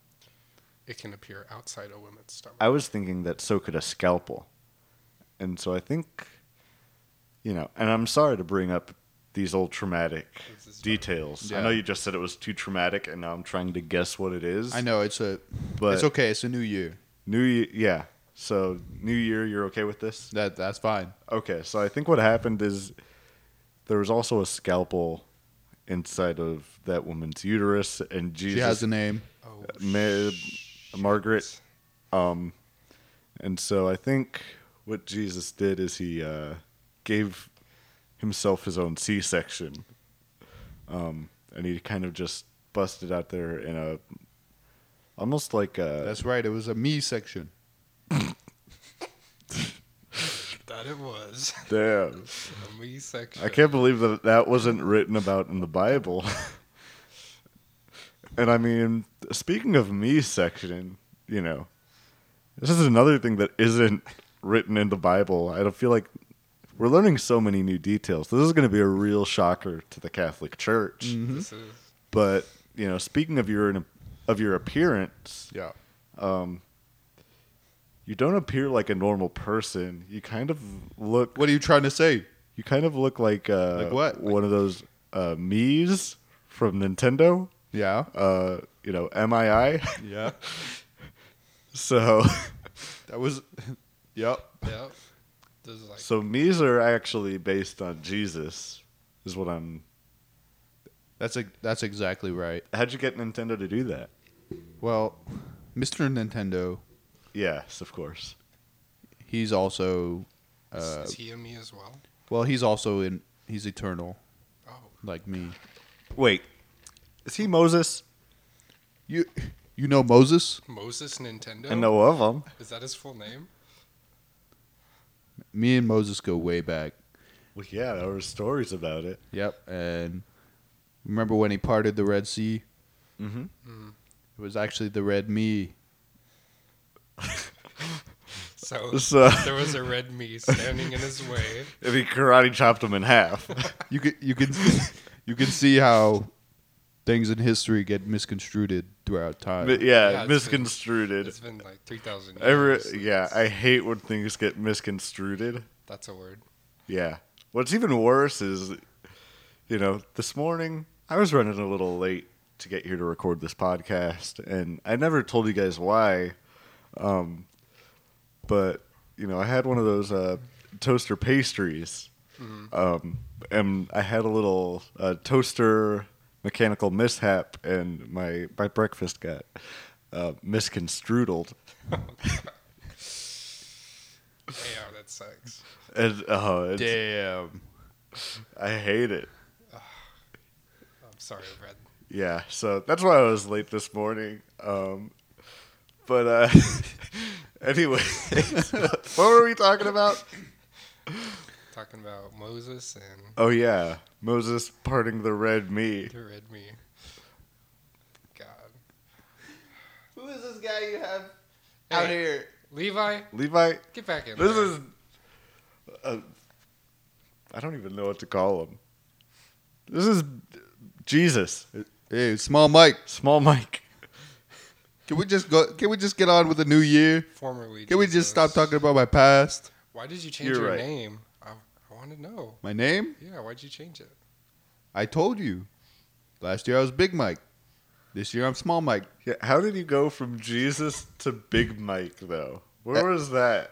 It can appear outside a woman's stomach.
I was thinking that so could a scalpel. And so I think, you know, and I'm sorry to bring up these old traumatic
This is fine.
details. I
Yeah.
know you just said it was too traumatic, and now I'm trying to guess what it is.
I know it's a
but
it's okay. It's a new year.
New Year, yeah. So New Year, you're okay with this?
That that's fine.
Okay, so I think what happened is there was also a scalpel inside of that woman's uterus, and Jesus,
She has a name.
Oh,
Ma- Margaret, um, and so I think what Jesus did is he uh, gave himself his own C-section, um, and he kind of just busted out there in a almost like a
That's right. It was a me section.
that it was. (laughs)
damn.
A me section.
I can't believe that that wasn't written about in the Bible. (laughs) and I mean, speaking of me section, you know, this is another thing that isn't written in the Bible. I don't feel like we're learning so many new details. This is going to be a real shocker to the Catholic Church.
This is
But you know, speaking of your of your appearance,
Yeah.
you don't appear like a normal person. You kind of look
What are you trying to say?
You kind of look like uh,
Like what?
One of those uh, Mii's from Nintendo.
Yeah.
Uh, you know, MII.
Yeah.
(laughs) so,
(laughs)
(laughs)
That was. (laughs) yep.
yep. This is like
so Mii's are actually based on Jesus, is what I'm.
That's a, that's exactly right.
How'd you get Nintendo to do that?
Well, Mr. Nintendo,
Yes, of course.
he's also.
is-
Uh,
is he and me as well?
well, he's also in. He's eternal,
Oh,
like me.
Wait, is he Moses?
You you know Moses?
Moses Nintendo.
I know of him.
Is that his full name?
Me and Moses go way back.
Well, yeah, there were stories about it.
Yep. And remember when he parted the Red Sea? Mm-hmm.
Mhm.
It was actually the Red Me.
(laughs)
So
So-
(laughs) there was a red me standing in his way.
If he karate chopped him in half.
You can you can (laughs) you can see how things in history get misconstrued throughout time.
But yeah,
Yeah, it's been-
misconstrued. (laughs) it.
It's been like three thousand years.
Every,
since-
yeah, I hate when things get misconstrued.
that's a word.
Yeah. What's even worse is, you know, this morning I was running a little late to get here to record this podcast, and I never told you guys why. Um, but you know, I had one of those uh, toaster pastries, um, and I had a little uh, toaster mechanical mishap, and my my breakfast got uh, misconstrued.
Yeah, oh, that sucks.
And uh, it's,
Damn.
I hate it.
I'm sorry, Red.
Yeah, so that's why I was late this morning. Um, but uh, (laughs) anyway, (laughs) what were we talking about?
Talking about Moses and
Oh yeah, Moses parting the red meat.
the red me. God,
Who is this guy you have
out Hey.
here?
Levi,
Levi,
get back in.
this
there.
is. Uh, I don't even know what to call him. This is Jesus,
Hey, small Mike.
small Mike.
Can we just go can we just get on with the new year?
formerly.
Can we just
Jesus.
stop talking about my past?
Why did you change
You're
your
right.
name? I, I want to know.
My name?
Yeah, why'd you change it?
I told you. Last year I was Big Mike. This year I'm Small Mike.
Yeah, how did you go from Jesus to Big Mike though? Where
Uh,
was that?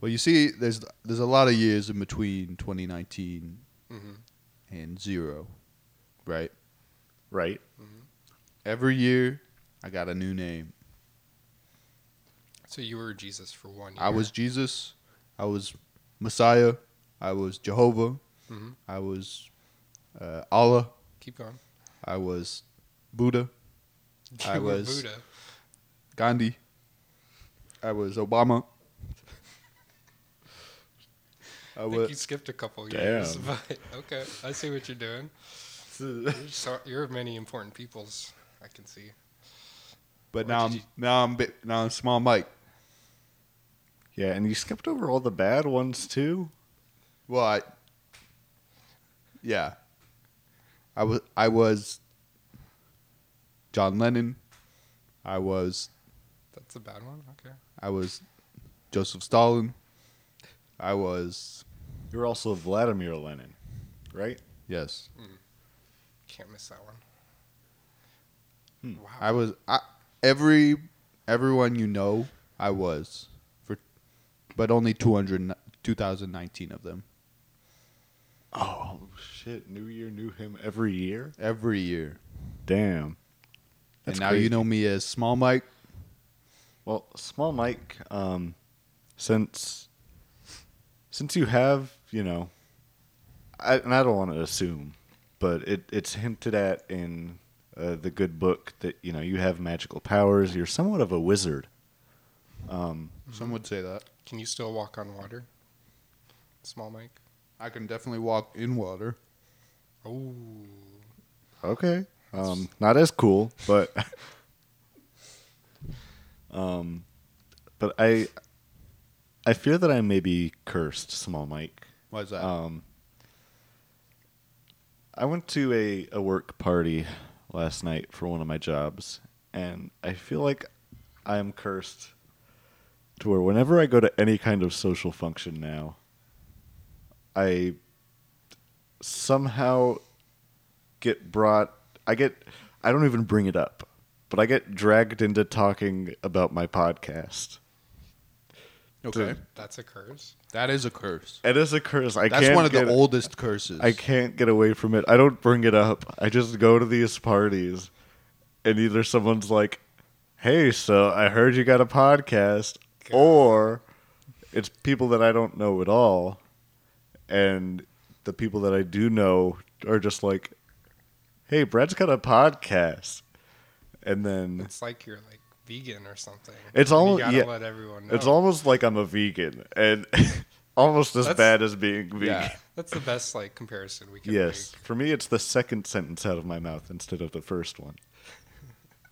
Well, you see, there's there's a lot of years in between 2019
hmm
and zero, right?
right.
Every year, I got a new name.
So you were Jesus for one year.
I was Jesus. I was Messiah. I was Jehovah.
Mhm.
I was uh, Allah.
Keep going.
I was Buddha. I
You were
was-
Buddha.
Gandhi. I was Obama. I
I think you
was.
skipped a couple
Damn.
years, (laughs) but okay, I see what
(laughs)
you're doing.
So-
You're, so, you're many important peoples. I can see.
But
Or
now
did
I'm
you-
now I'm bi- now I'm Small Mike.
Yeah, and you skipped over all the bad ones too.
Well, I, yeah. I was I was John Lennon. I was
That's a bad one. Okay.
I was Joseph Stalin. I was
You're also Vladimir Lenin, right?
yes.
Can't miss that one. Wow.
I was I every everyone you know, I was for, but only 200, 2019 of them
Oh shit! New year, new him every year.
every year.
Damn. That's
and now
crazy.
you know me as Small Mike.
Well, small Mike, um, since since you have, you know, I, and I don't want to assume, but it, it's hinted at in uh, the good book that you know you have magical powers. You're somewhat of a wizard. Mm-hmm.
Some would say that
Can you still walk on water? Small Mike.
I can definitely walk in water.
Oh,
Okay. Um, not as cool, but (laughs) um, but I I fear that I may be cursed, small Mike.
Why is that?
Um, I went to a, a work party last night for one of my jobs, and I feel like I'm cursed to where whenever I go to any kind of social function now, I somehow get brought. I get. I don't even bring it up, but I get dragged into talking about my podcast.
okay,
that's a curse.
that is a curse.
It is a curse. I
That's
can't
one of the
get-
oldest curses.
I can't get away from it. I don't bring it up. I just go to these parties, and either someone's like, "Hey, so I heard you got a podcast," or it's people that I don't know at all, and the people that I do know are just like, "Hey, Brad's got a podcast," and then
It's like you're like vegan or something.
It's
And
all-
You gotta
yeah.
let everyone know.
it's almost like I'm a vegan, and (laughs) almost as
That's-
bad as being vegan.
Yeah.
That's the best like comparison we can
Yes, for me, it's the second sentence out of my mouth instead of the first one.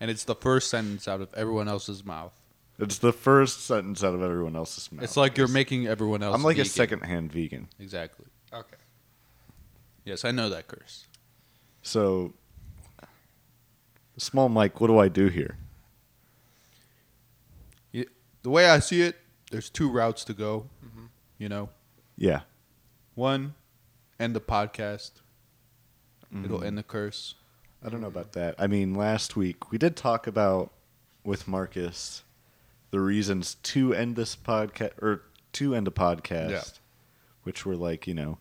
and it's the first sentence out of everyone else's mouth.
It's the first sentence out of everyone else's mouth.
It's like you're making everyone else.
I'm like a
vegan.
second-hand vegan.
Exactly.
make. Okay.
Yes, I know that curse.
So, small Mike, what do I do here?
Y- The way I see it, there's two routes to go.
Mm-hmm.
You know,
Yeah,
one, end the podcast. It'll end the curse.
I don't know about that. I mean, last week we did talk about with Marcus the reasons to end this podcast or to end a podcast,
Yeah.
which were like, you know,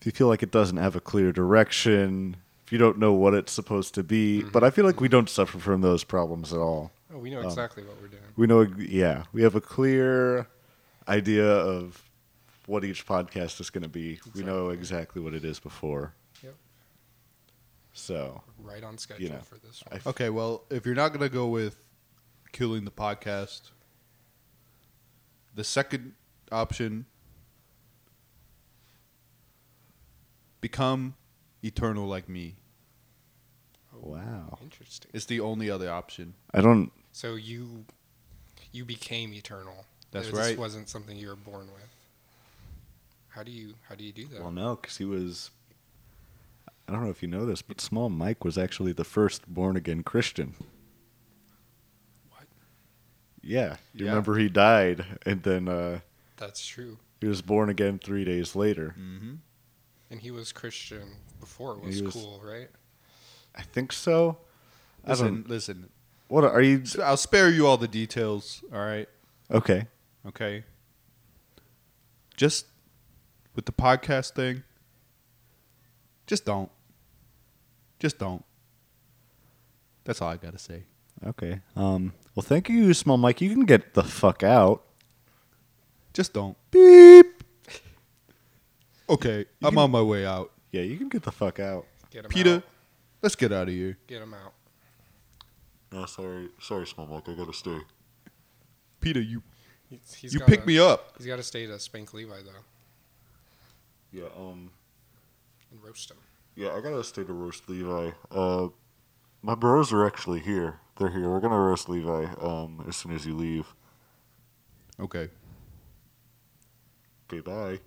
if you feel like it doesn't have a clear direction, if you don't know what it's supposed to be.
Mm-hmm.
But I feel like we don't suffer from those problems at all.
Oh, we know
Um,
exactly what we're doing.
we know yeah we have a clear idea of what each podcast is going to be we know exactly what it is before
Yep.
so
Right on schedule
You know,
for this
I
one.
f-
Okay, well, if you're not gonna go with killing the podcast, the second option become eternal like me.
wow
Interesting.
It's the only other option.
i don't
So you you became eternal.
That's
this
right.
wasn't something you were born with. How do you how do you do that?
well no because he was i don't know if you know this but small mike was actually the first born-again christian
What?
yeah you
Yeah.
remember he died and then uh,
That's true.
he was born again three days later
Mm-hmm.
And he was Christian before it
He
was,
was-
cool, right?
i think so i
Listen,
don't
listen.
what are you
So I'll spare you all the details. All right.
okay
Okay. Just with the podcast thing, just don't. Just don't. That's all I got to say.
Okay. Um, well, thank you, Small Mike. You can get the fuck out.
Just don't.
Beep.
Okay, I'm on my way out.
Yeah, you can get the fuck out.
Get him
Peter,
out.
let's get out of here.
Get him out.
No, sorry, sorry, small Mike. I gotta stay.
Peter, you
He's, he's
you
gotta-
pick me up.
He's got to stay to spank Levi though
Yeah, um,
and roast him.
yeah, I gotta stay to roast Levi. Uh, my bros are actually here. They're here. We're gonna roast Levi. Um, as soon as you leave.
Okay.
Okay, bye.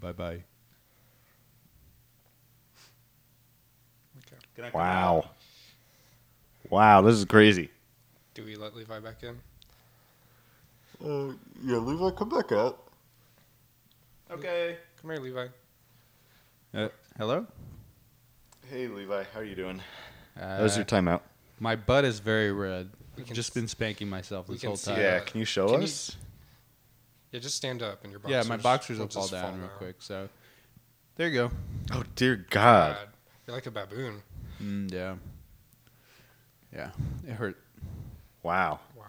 Bye bye.
Okay.
Wow. Wow, this is crazy.
Do we let Levi back in?
Uh, yeah, Levi, come back out.
Okay.
Come here, Levi.
Uh, hello.
Hey, Levi, how are you doing?
Uh,
That was your timeout.
My butt is very red.
We can
Just
s-
been spanking myself
we
this
can
whole
see
time.
yeah, can you show
Can you-
us?
Yeah, just stand up and your boxers.
Yeah, my boxers will
will
fall
just
down real
down.
quick. So there you go.
Oh dear God!
God, You're like a baboon.
Mm, yeah. Yeah. It hurt.
Wow.
Wow.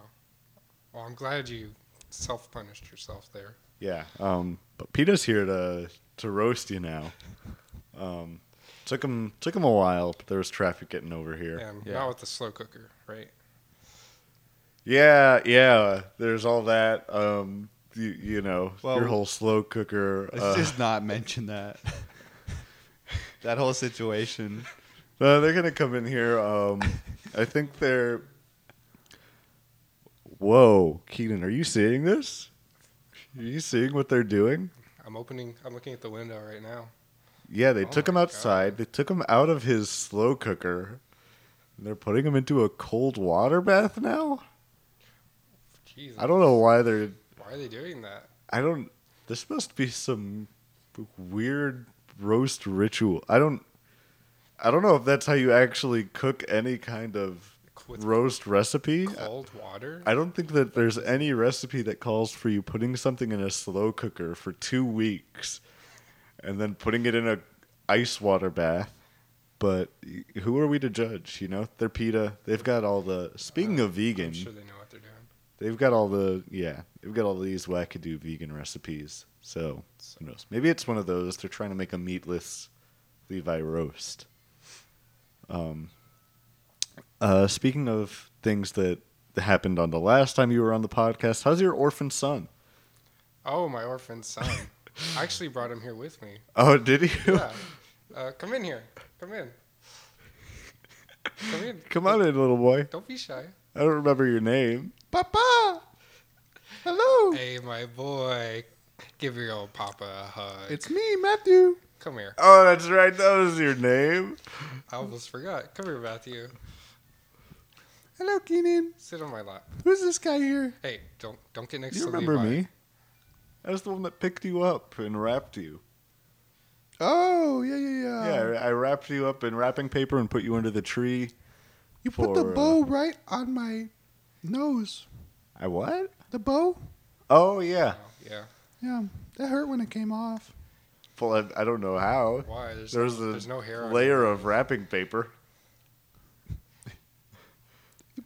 Well, I'm glad you self-punished yourself there.
Yeah. Um, but Peter's here to to roast you now. Um, took him took him a while, but there was traffic getting over here.
And
Yeah.
not with the slow cooker, right?
Yeah, yeah. There's all that. Um, you, you know,
Well-
your whole slow cooker.
Let's
uh,
just not mention that. that whole situation.
no, they're gonna come in here. Um, I think they're. Whoa, Keenan, are you seeing this? Are you seeing what they're doing?
I'm opening. I'm looking at the window right now.
Yeah, they
Oh
took him
my
outside. They took him out of his slow cooker. They're putting him into a cold water bath now.
Jesus.
I don't know why they're.
Why are they doing that?
I don't. This must be some weird roast ritual. I don't. I don't know if that's how you actually cook any kind of
With
roast recipe.
cold water.
I don't think that there's any recipe that calls for you putting something in a slow cooker for two weeks and then putting it in a ice water bath. But y- who are we to judge? You know, they're PETA. They've got all the. Speaking of
I'm
vegan,
sure they know what they're doing.
they've got all the. Yeah, they've got all these wackadoo vegan recipes. So who knows? Maybe it's one of those. They're trying to make a meatless Levi roast. Um. Uh, speaking of things that happened on the last time you were on the podcast, how's your orphan son?
Oh, my orphan son.
(laughs)
I actually brought him here with me.
Oh, did you?
Yeah. Uh, come in here. Come in. Come in.
(laughs) Come on in, little boy.
Don't be shy.
I don't remember your name. Papa. Hello.
Hey, my boy. Give your old papa a hug.
It's me, Matthew.
Come here.
Oh, that's right. That was your name.
I almost forgot. Come here, Matthew.
Hello, Keenan.
Sit on my lap.
Who's this guy here?
Hey, don't don't get next
Do you
to
remember
Levi.
me? I was the one that picked you up and wrapped you.
Oh, yeah, yeah, yeah.
yeah, I I wrapped you up in wrapping paper and put you under the tree.
you
put the for, uh, bow
right on my nose.
I what?
The bow?
Oh yeah.
Oh, yeah.
Yeah. That hurt when it came off.
Well, I, I don't know how.
Why? There's
There was
no,
a
there's no hair. on
Layer
it.
of wrapping paper.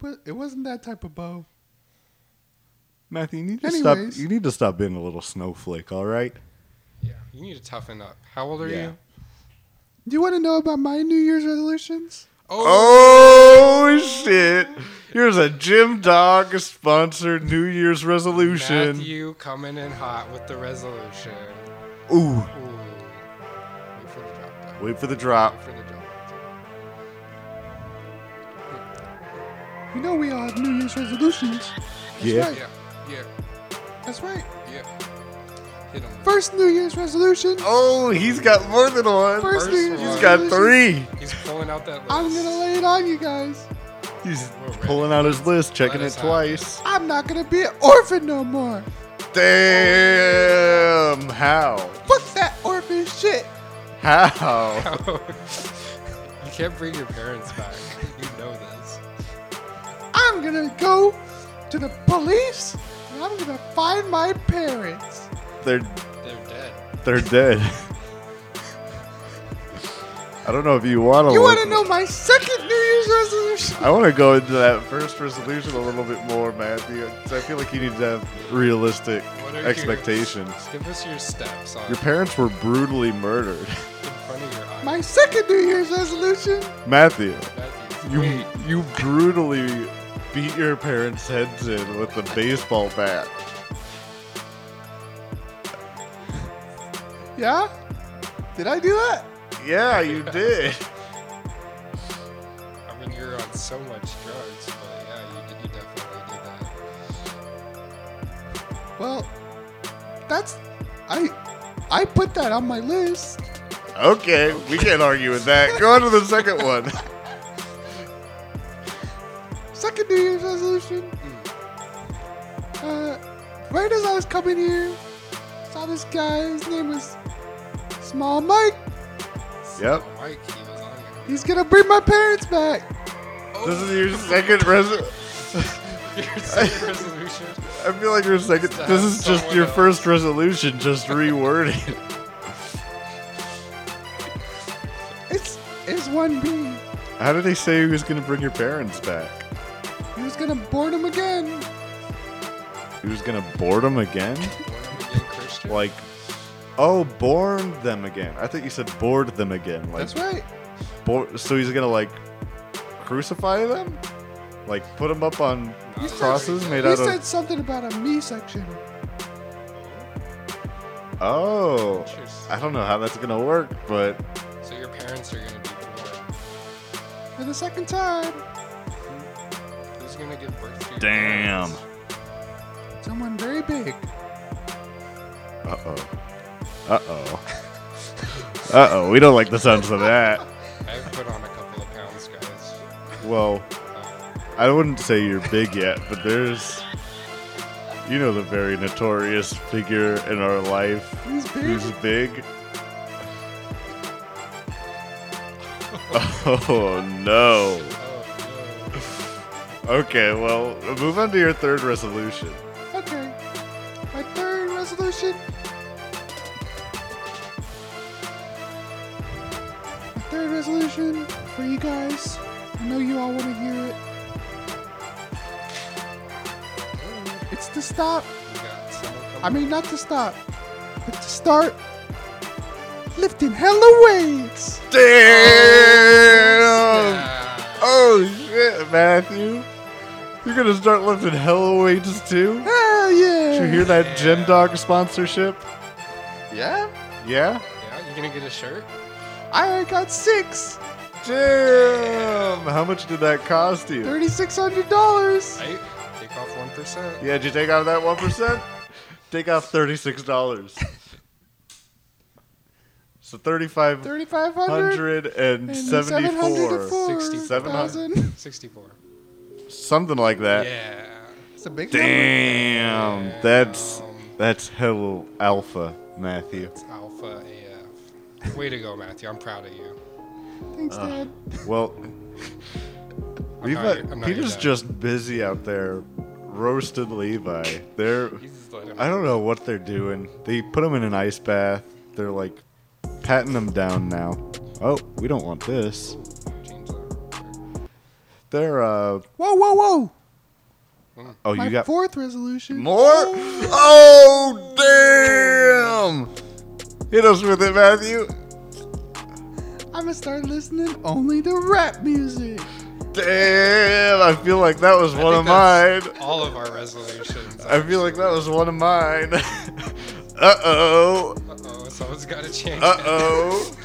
But it wasn't that type of bow.
Matthew, you need to
Anyways.
stop. You need to stop being a little snowflake. All right.
Yeah. You need to toughen up. How old are
Yeah.
you?
Do you want to know about my New Year's resolutions?
Oh,
Oh shit! Here's a Jim Dog sponsored New Year's resolution.
Matthew coming in hot with the resolution.
Ooh,
Ooh. Wait for the drop. though.
wait for the drop.
Wait for the drop.
You know we all have New Year's resolutions.
Yeah.
right.
Yeah. Yeah.
That's right.
Yeah. Hit him.
First New Year's resolution,
Oh, he's got more than one.
First
New Year's
he's got three.
He's pulling out that list.
(laughs) I'm gonna lay it on you guys.
He's
We're ready.
pulling out his list, checking
Let
it
us have it.
twice.
I'm not gonna be an orphan no more.
Damn! How?
Fuck that orphan shit.
How?
(laughs) you can't bring your parents back. You know this.
I'm gonna go to the police and I'm gonna find my parents.
They're
They're dead.
they're dead. (laughs) I don't know if you want to.
You wanna know my second New Year's resolution?
I want to go into that first resolution a little bit more, Matthew. 'cause I feel like you need to have realistic
What are your-
expectations.
Give us your steps on
Your parents were brutally murdered. (laughs)
in front of your eyes.
My second New Year's resolution?
Matthew,
Matthew,
you
wait.
you brutally beat your parents' heads in with a baseball bat.
(laughs) Yeah? Did I do that?
Yeah, you did.
I mean, you're on so much drugs, but yeah, you, did, you definitely did that.
Well, that's I I put that on my list.
Okay, we can't argue with that. Go on to the second
(laughs)
one.
Second New Year's resolution. Uh, right as I was coming here, saw this guy. His name was Small Mike.
Yep.
Mike, he was on there.
He's gonna bring my parents back.
This is your second resolution.
(laughs) Your second
(laughs)
resolution.
I feel like your second.
to
This
have
is just
someone
your
else.
first resolution, just reworded.
(laughs) It's it's one B.
How did they say he was gonna bring your parents back?
He was gonna board him again.
He was gonna board them again?
Born again Christian.
Like, oh, born them again. I thought you said board them again. Like,
That's right.
bor- so he's gonna like crucify them, like put them up on crosses made
He
out
said
of.
something about a me section.
Oh,
Interesting.
I don't know how that's gonna work, but
So your parents are gonna be born.
For the second time,
Mm-hmm. Who's gonna give birth to? Your
Damn.
parents?
someone very big.
uh oh, uh oh, uh oh. We don't like the sounds of that.
I've put on a couple of pounds, guys.
(laughs) Well,
Um,
I wouldn't say you're big yet, but there's, you know, the very notorious figure in our life
He's big.
who's big. Oh no.
oh, no.
Okay, well, move on to your third resolution.
Okay. My third resolution. My third resolution for you guys. I know you all want to hear it. It's to stop.
You got someone coming.
I mean, not to stop, but to start lifting hella weights.
Damn!
Yeah.
Oh shit, Matthew. You're gonna start lifting hella weights too?
Hell
Did you
yeah!
hear that Gym Dog sponsorship?
Yeah.
Yeah?
Yeah, you gonna get a shirt?
I already got six.
Damn! How much did that cost you?
Thirty-six hundred dollars.
Right? Take off one percent.
Yeah, did you take off that 1%? take off $36. so 35
Thirty-five hundred.
hundred and seventy-four,
700.
Sixty-four.
something like that.
Yeah.
It's a big number.
Damn, that's that's hell alpha, Matthew.
Alpha AF. Way to go, Matthew. I'm proud of you.
Thanks, Dad.
Well,
I'm not
Levi,
your- I'm not your
Peter's
dad.
just busy out there roasting Levi. They're
He's just like,
I don't know what they're doing. They put him in an ice bath. They're like patting him down now. Oh, we don't want this.
change that.
They're uh
Whoa, whoa, whoa!
oh,
My
you got
fourth resolution.
More? Oh, damn! Hit us with it, Matthew.
I'm gonna start listening only to rap music.
Damn! I feel like that was
I
one of
think that's
mine.
All of our resolutions.
I feel like that was one of mine. (laughs) uh oh.
Uh-oh, someone's got to change.
Uh
(laughs)
oh.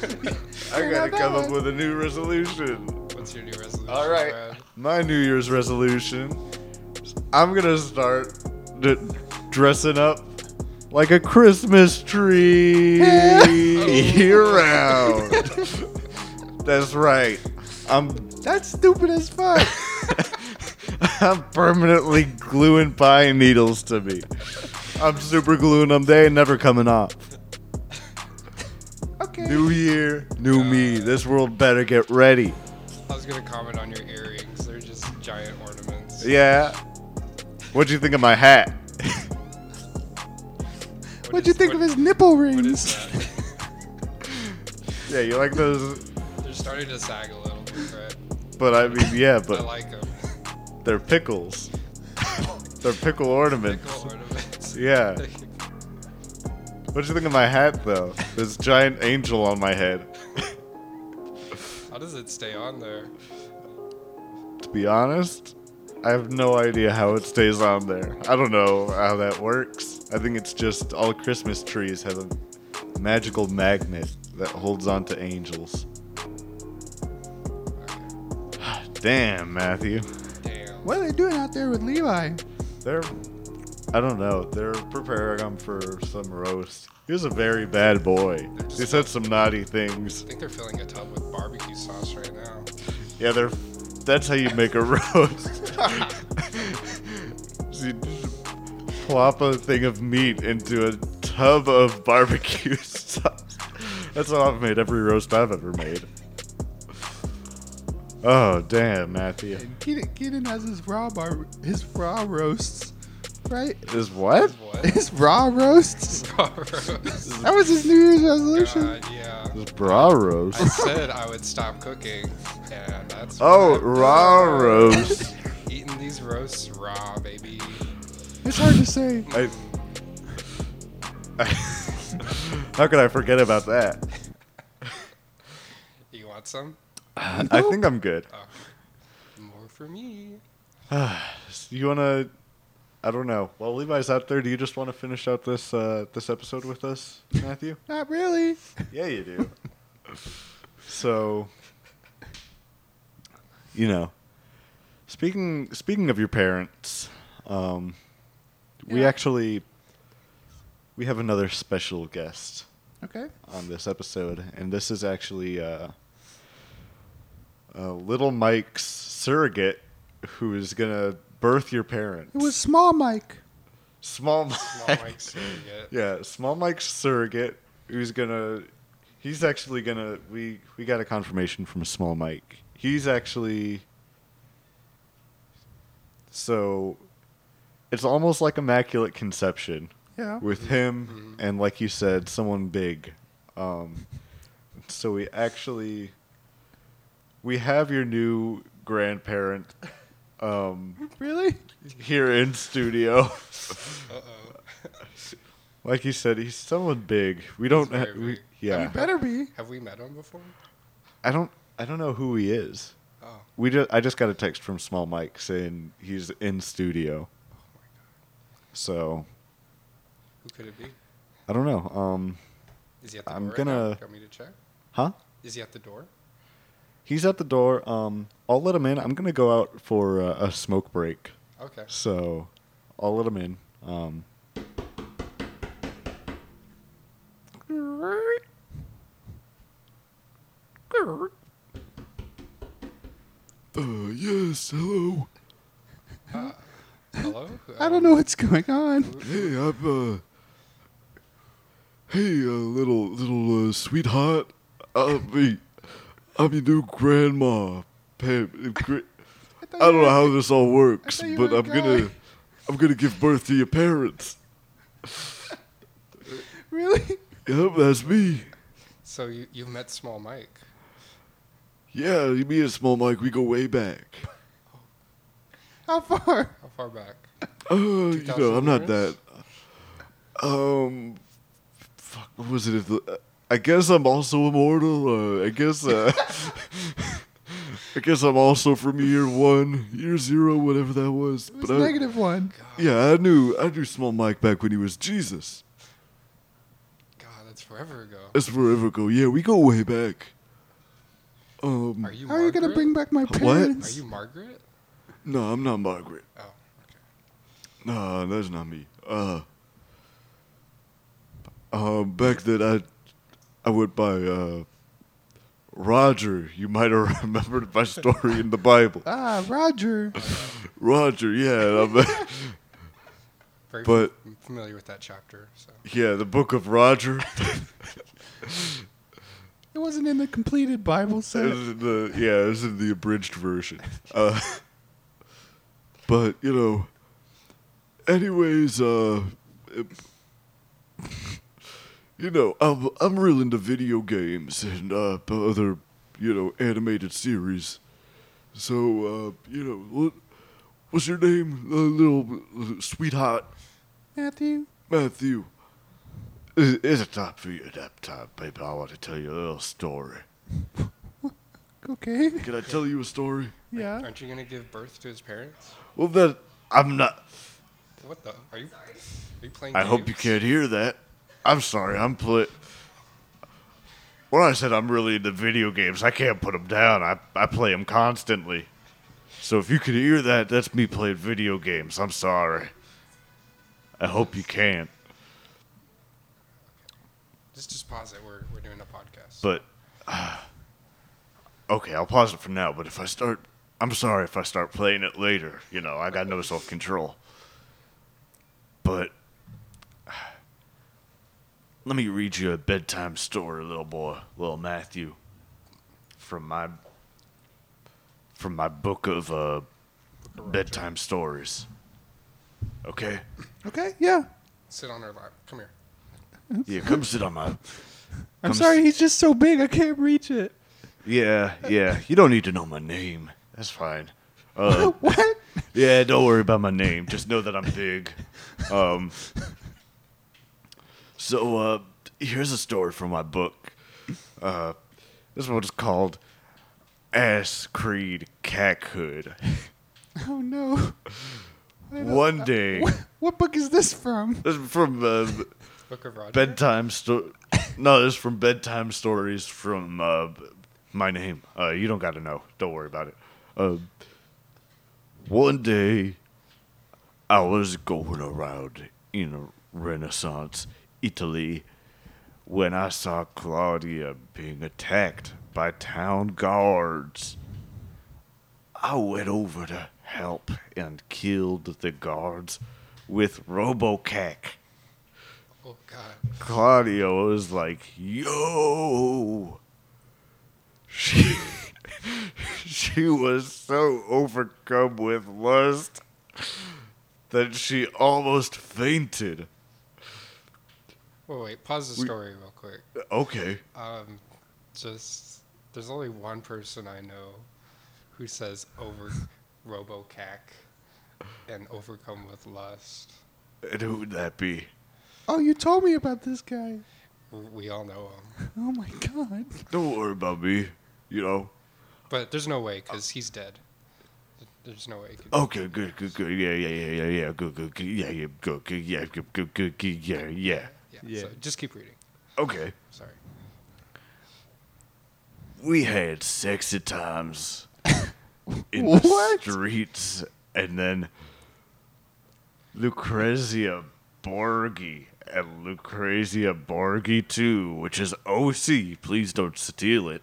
I
Not
gotta
bad.
come up with a new resolution.
What's your new resolution?
All right.
Brad?
My New Year's resolution I'm gonna start d- dressing up like a Christmas (laughs) tree year round. That's right. I'm
That's stupid
(laughs)
as fuck.
I'm permanently gluing pine needles to me. I'm super gluing them. They ain't never coming off.
Okay.
New year, new me. This world better get ready.
I was gonna comment on your earrings. They're just giant ornaments.
Yeah. What'd you think of my hat?
What
What'd you
is-
think
what-
of his nipple
What is
rings?
that?
(laughs)
Yeah, you like those?
They're starting to sag a little bit, right?
But I mean, yeah,
I
but (laughs)
like them.
they're
(laughs)
pickles. they're pickle ornaments.
Pickle ornaments.
Yeah. What'd you think of my hat, though? This giant angel on my head.
(laughs) How does it stay on there?
To be honest, I have no idea how it stays on there. I don't know how that works. I think it's just all Christmas trees have a magical magnet that holds on to angels. (sighs) Damn, Matthew.
Damn.
What are they doing out there with Levi?
They're. I don't know. They're preparing him for some roast. He was a very bad boy. He said some naughty things.
I think they're filling a tub with barbecue sauce right now.
(laughs)
Yeah, they're. That's how you make a (laughs) roast. So you just plop a thing of meat into a tub of barbecue (laughs) sauce. That's how I've made every roast I've ever made. Oh, damn, Matthew.
Keaton, Keaton has his raw bar, his raw roasts, right?
Is what?
What?
His raw roasts.
(laughs) Burros.
That was his New Year's resolution.
God, yeah.
Is bra roast?
I said I would stop cooking, and that's
Oh,
what I'm
raw
doing.
roast.
(laughs) Eating these roasts raw, baby.
It's hard to say. I, how could I forget about that?
You want some?
I think I'm good.
More
(laughs)
for me.
You wanna? I don't know. Well, Levi's out there. Do you just want to finish out this uh, this episode with us, Matthew?
Not really.
yeah, you do. so, you know, speaking speaking of your parents, um, we actually we have another special guest
Okay.
on this episode, and this is actually uh, uh, little Mike's surrogate, who is gonna birth your parents.
It was small Mike.
small,
Small
Mike.
Mike's surrogate.
(laughs) yeah, small Mike's surrogate, who's gonna. He's actually gonna. We we got a confirmation from small Mike. He's actually. So, it's almost like immaculate conception
Yeah.
with him and like you said someone big um, so we actually we have your new grandparent um,
Really?
here in studio
Uh oh.
(laughs) like you said he's someone big we don't
He's
ha-
very
we,
big.
yeah
Better be.
Have we met him before?
i don't i don't know who he is
Oh.
we just i just got a text from small mike saying he's in studio so
Who could it be?
i don't know um
Is he at the
I'm
door? right now?
gonna-
Do you want me to check?
huh
Is he at the door?
He's at the door. Um, I'll let him in. I'm gonna go out for uh, a smoke break,
Okay.
(laughs)
so I'll let him in. Um,
Uh, yes. Hello.
Hello? uh,
I don't know what's going on.
Hey, I'm uh. Hey, uh, little little uh, sweetheart, I mean, I'm your new grandma. Pam, uh, gra- I, don't know how this all works,
thought you
but
were a
I'm gonna I'm gonna give birth to your parents.
Really?
Yep, that's me.
So you, you've met Small Mike.
Yeah, me and Small Mike, we go
(laughs)
way back.
How far?
How far back?
Uh, you know, I'm
2000
not that.
years?
Um, fuck, what was it? If the, I guess I'm also immortal. Uh, I guess. Uh, (laughs) I guess I'm also from year one, year zero, whatever that was.
It's
uh,
I,
negative one.
Yeah, I knew. I knew Small Mike back when he was Jesus.
God, that's forever ago.
That's forever ago. Yeah, we go way back. Um,
Are you
How are you gonna bring back my
What?
Are
parents?
you Margaret?
no, I'm not Margaret.
Oh, okay.
No, that's not me. Uh, uh, back then I, I went by uh, Roger. You might have (laughs) remembered my story in the Bible.
Ah, Roger.
Roger, yeah, I'm-
Very
But-
fam- familiar with that chapter. So
yeah, the Book of Roger.
It wasn't in the completed Bible
It
set.
was in the- yeah, this is the abridged version. Uh, but you know, anyways, uh, it- you know, I'm I'm real into video games and uh, p- other you know animated series. So uh, you know, what, what's your name, uh, little uh, sweetheart?
Matthew.
Matthew, is is it time for your nap time, baby? I want to tell you a little story.
(laughs)
Okay.
Can I tell you a story?
Yeah.
aren't you gonna give birth to his parents?
Well, that I'm not.
What the? Are you? Are you playing?
I hope you
games?
can't hear that. I'm sorry. I'm put. When I said I'm really into video games, I can't put them down. I I play them constantly. So if you could hear that, that's me playing video games. I'm sorry. I hope you can't.
Just just pause it. We're we're doing a podcast.
But (sighs) okay, I'll pause it for now. But if I start, I'm sorry if I start playing it later. You know, I got no self control. But (sighs) let me read you a bedtime story, little boy, little Matthew, from my
from my book of uh, bedtime stories. Okay?
Okay, yeah.
Sit on her lap. Come here.
Yeah, come sit on my.
I'm
come s-
sorry, he's just so big, I can't reach it.
Yeah, yeah. You don't need to know my name. That's fine. Uh,
What? (laughs)
yeah, don't worry about my name. Just know that I'm big. Um, so uh, here's a story from my book. Uh, this one's called "Ass Creed Cackhood."
Oh no.
One day,
What, what book is this from?
this is from uh,
Book of Roger.
bedtime story. (laughs) No, this is from bedtime stories from uh, my name. Uh, you don't got to know. Don't worry about it. Uh, one day, I was going around in Renaissance Italy when I saw Claudia being attacked by town guards. I went over to help and killed the guards with Robocac.
Oh God.
Claudio was like, "Yo," she (laughs) she was so overcome with lust that she almost fainted.
Wait, wait. Pause the story real quick.
Okay,
Um, just there's only one person I know who says
(laughs)
over robocac and overcome with lust.
and who would that be?
Oh, you told me about this guy.
W- We all know him,
Oh my god.
Don't worry about me. You know.
but there's no way because he's dead. There's no way. He could
Okay, good, good, good. Yeah, yeah, yeah, yeah, yeah. Good, good, good. Yeah, yeah, good, good. Yeah, good, good, good, good. Yeah, yeah.
Yeah, So just keep reading.
Okay.
Sorry.
We had sexy times in
What?
the streets, and then Lucrezia Borghi and Lucrezia Borghi 2, which is OC, please don't steal it,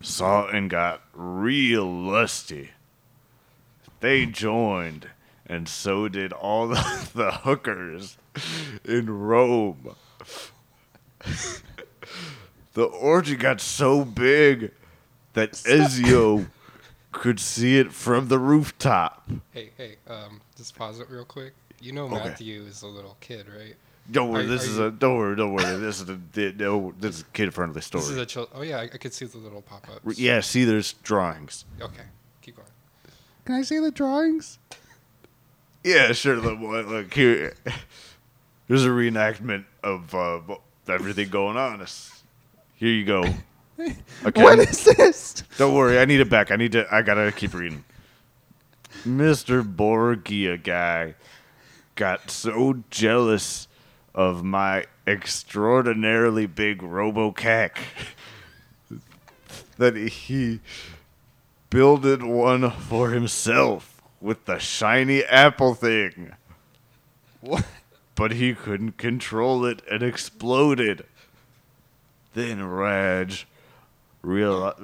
saw and got real lusty. They joined, and so did all (laughs) the, the hookers in Rome. The orgy got so big
(laughs)
that Ezio could see it from the rooftop.
Hey, hey. Um, just pause it real quick. You know
Okay.
Matthew is a little kid, right?
Don't worry,
Are-
this
are
is
you-
a don't worry, don't worry. This is a di- no, this is kid friendly story.
This is a child. Oh yeah, I, I could see the little pop-ups.
yeah, see, there's drawings.
Okay. Keep going.
Can I see the drawings?
Yeah, sure. Look, boy, look here. Here's a reenactment of uh, everything going on. It's- Here you
(laughs)
go. Okay.
What is this?
Don't worry, I need it back. I need to. I gotta keep reading. Mister Borgia guy got so jealous of my extraordinarily big RoboCac that he builded one for himself with the shiny apple thing.
What?
But he couldn't control it and exploded. Then Raj realized.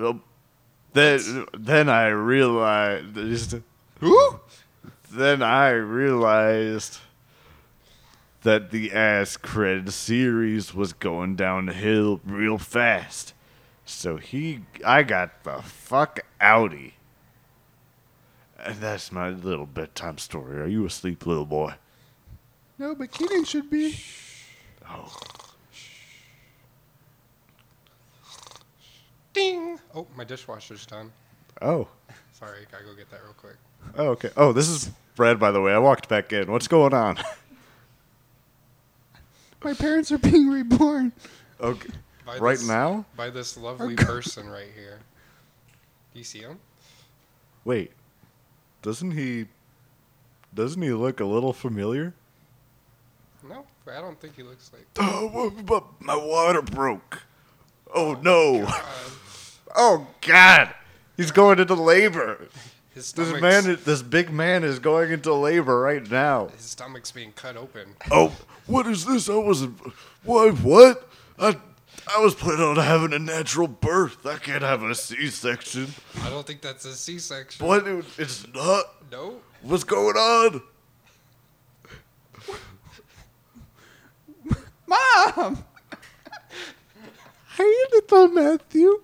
Then, then I realized. Who? Then I realized that the ass cred series was going downhill real fast. So he, I got the fuck outie. And that's my little bedtime story. Are you asleep, little boy?
No, but Keenan should be.
Ding. Oh, my dishwasher's done.
Oh.
Sorry, gotta go get that real quick.
Oh, okay. Oh, this is Brad, by the way. I walked back in. What's going on? (laughs)
My parents are being reborn.
Okay.
By
Right
this-
now?
By this lovely person right here. Do you see him?
Wait. Doesn't he. Doesn't he look a little familiar?
No, I don't think he looks like.
Oh, (gasps) but my water broke. Oh, no. (laughs)
uh,
Oh, God. He's going into labor.
His
This
stomach's,
man, this big man is going into labor right now.
his stomach's being cut open.
Oh, what is this? I wasn't. Why? What? I I was planning on having a natural birth. I can't have a C-section.
I don't think that's a C-section.
What? It- It's not.
No.
What's going on?
Mom! Hey, little Matthew.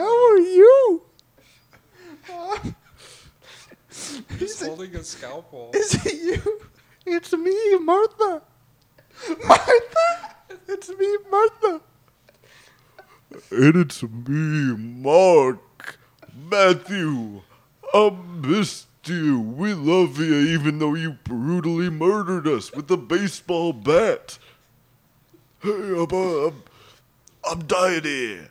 Oh
are you?
(laughs) He's holding a scalpel.
Is it you? It's me, Martha. Martha? It's me, Martha.
And it's me, Mark, Matthew. I missed you. We love you, even though you brutally murdered us with a baseball bat. Hey, I'm, uh, I'm, I'm dying here.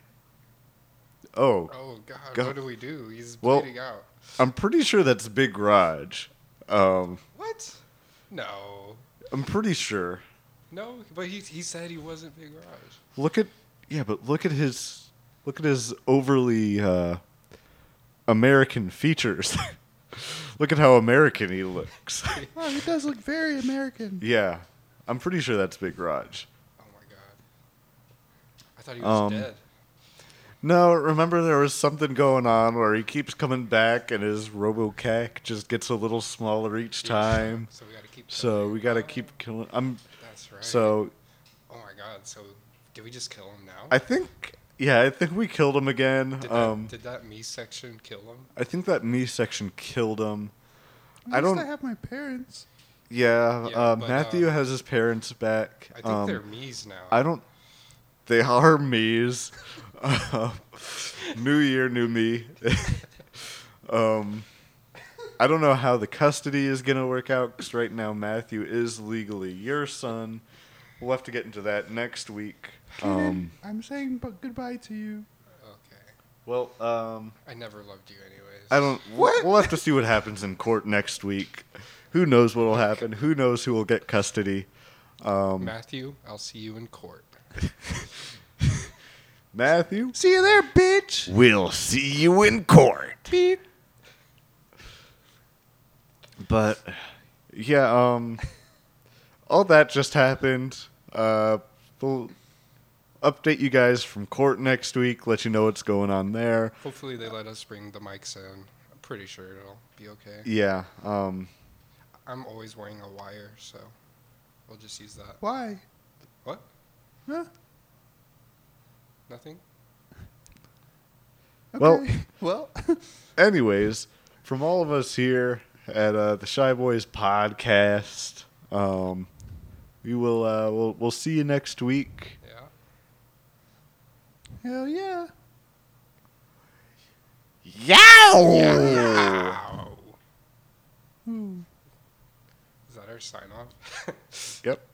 Oh,
Oh God,
Go-
what do we do? He's
Well-
bleeding out.
I'm pretty sure that's Big Raj. Um,
What? No,
I'm pretty sure.
no. But he he said he wasn't Big Raj.
Look at yeah, but look at his look at his overly uh, American features. (laughs) look at how American he
(laughs)
looks.
Oh, he does look very American.
yeah, I'm pretty sure that's Big Raj.
Oh my God. I thought he was
Um,
dead.
No, remember there was something going on where he keeps coming back and his RoboCac just gets a little smaller each time.
So we gotta keep.
So
killing
we
him.
gotta keep killing. I'm
That's right.
so
Oh my God. So did we just kill him now?
I think yeah, I think we killed him again.
did, that,
Um,
did that me section kill him?
I think that me section killed him.
At
I
least
don't.
I have my parents.
yeah,
Yeah,
uh,
but,
Matthew
um,
has his parents back.
I think
um,
they're me's now.
I don't. They are me's. Uh, new year, new me. (laughs) um, I don't know how the custody is gonna work out because right now Matthew is legally your son. We'll have to get into that next week. Um,
I'm saying bu- goodbye to you.
okay.
well, um,
I never loved you anyways.
I don't. We'll have to see what happens in court next week. Who knows what'll happen? Who knows who will get custody?
Matthew, I'll see you in court.
Matthew.
See you there, bitch.
We'll see you in court.
Beep.
But yeah, um, all that just happened. Uh, we'll update you guys from court next week. Let you know what's going on there.
Hopefully they let us bring the mics in. I'm pretty sure it'll be okay.
Yeah. Um,
I'm always wearing a wire, so we'll just use that.
Why?
What?
Huh?
Nothing?
Well-
Okay. (laughs) well.
anyways, from all of us here at uh, the Shy Boys podcast, um, we will uh, we'll we'll see you next week.
Yeah.
Hell yeah.
Wow. Is that our sign off? (laughs)
Yep.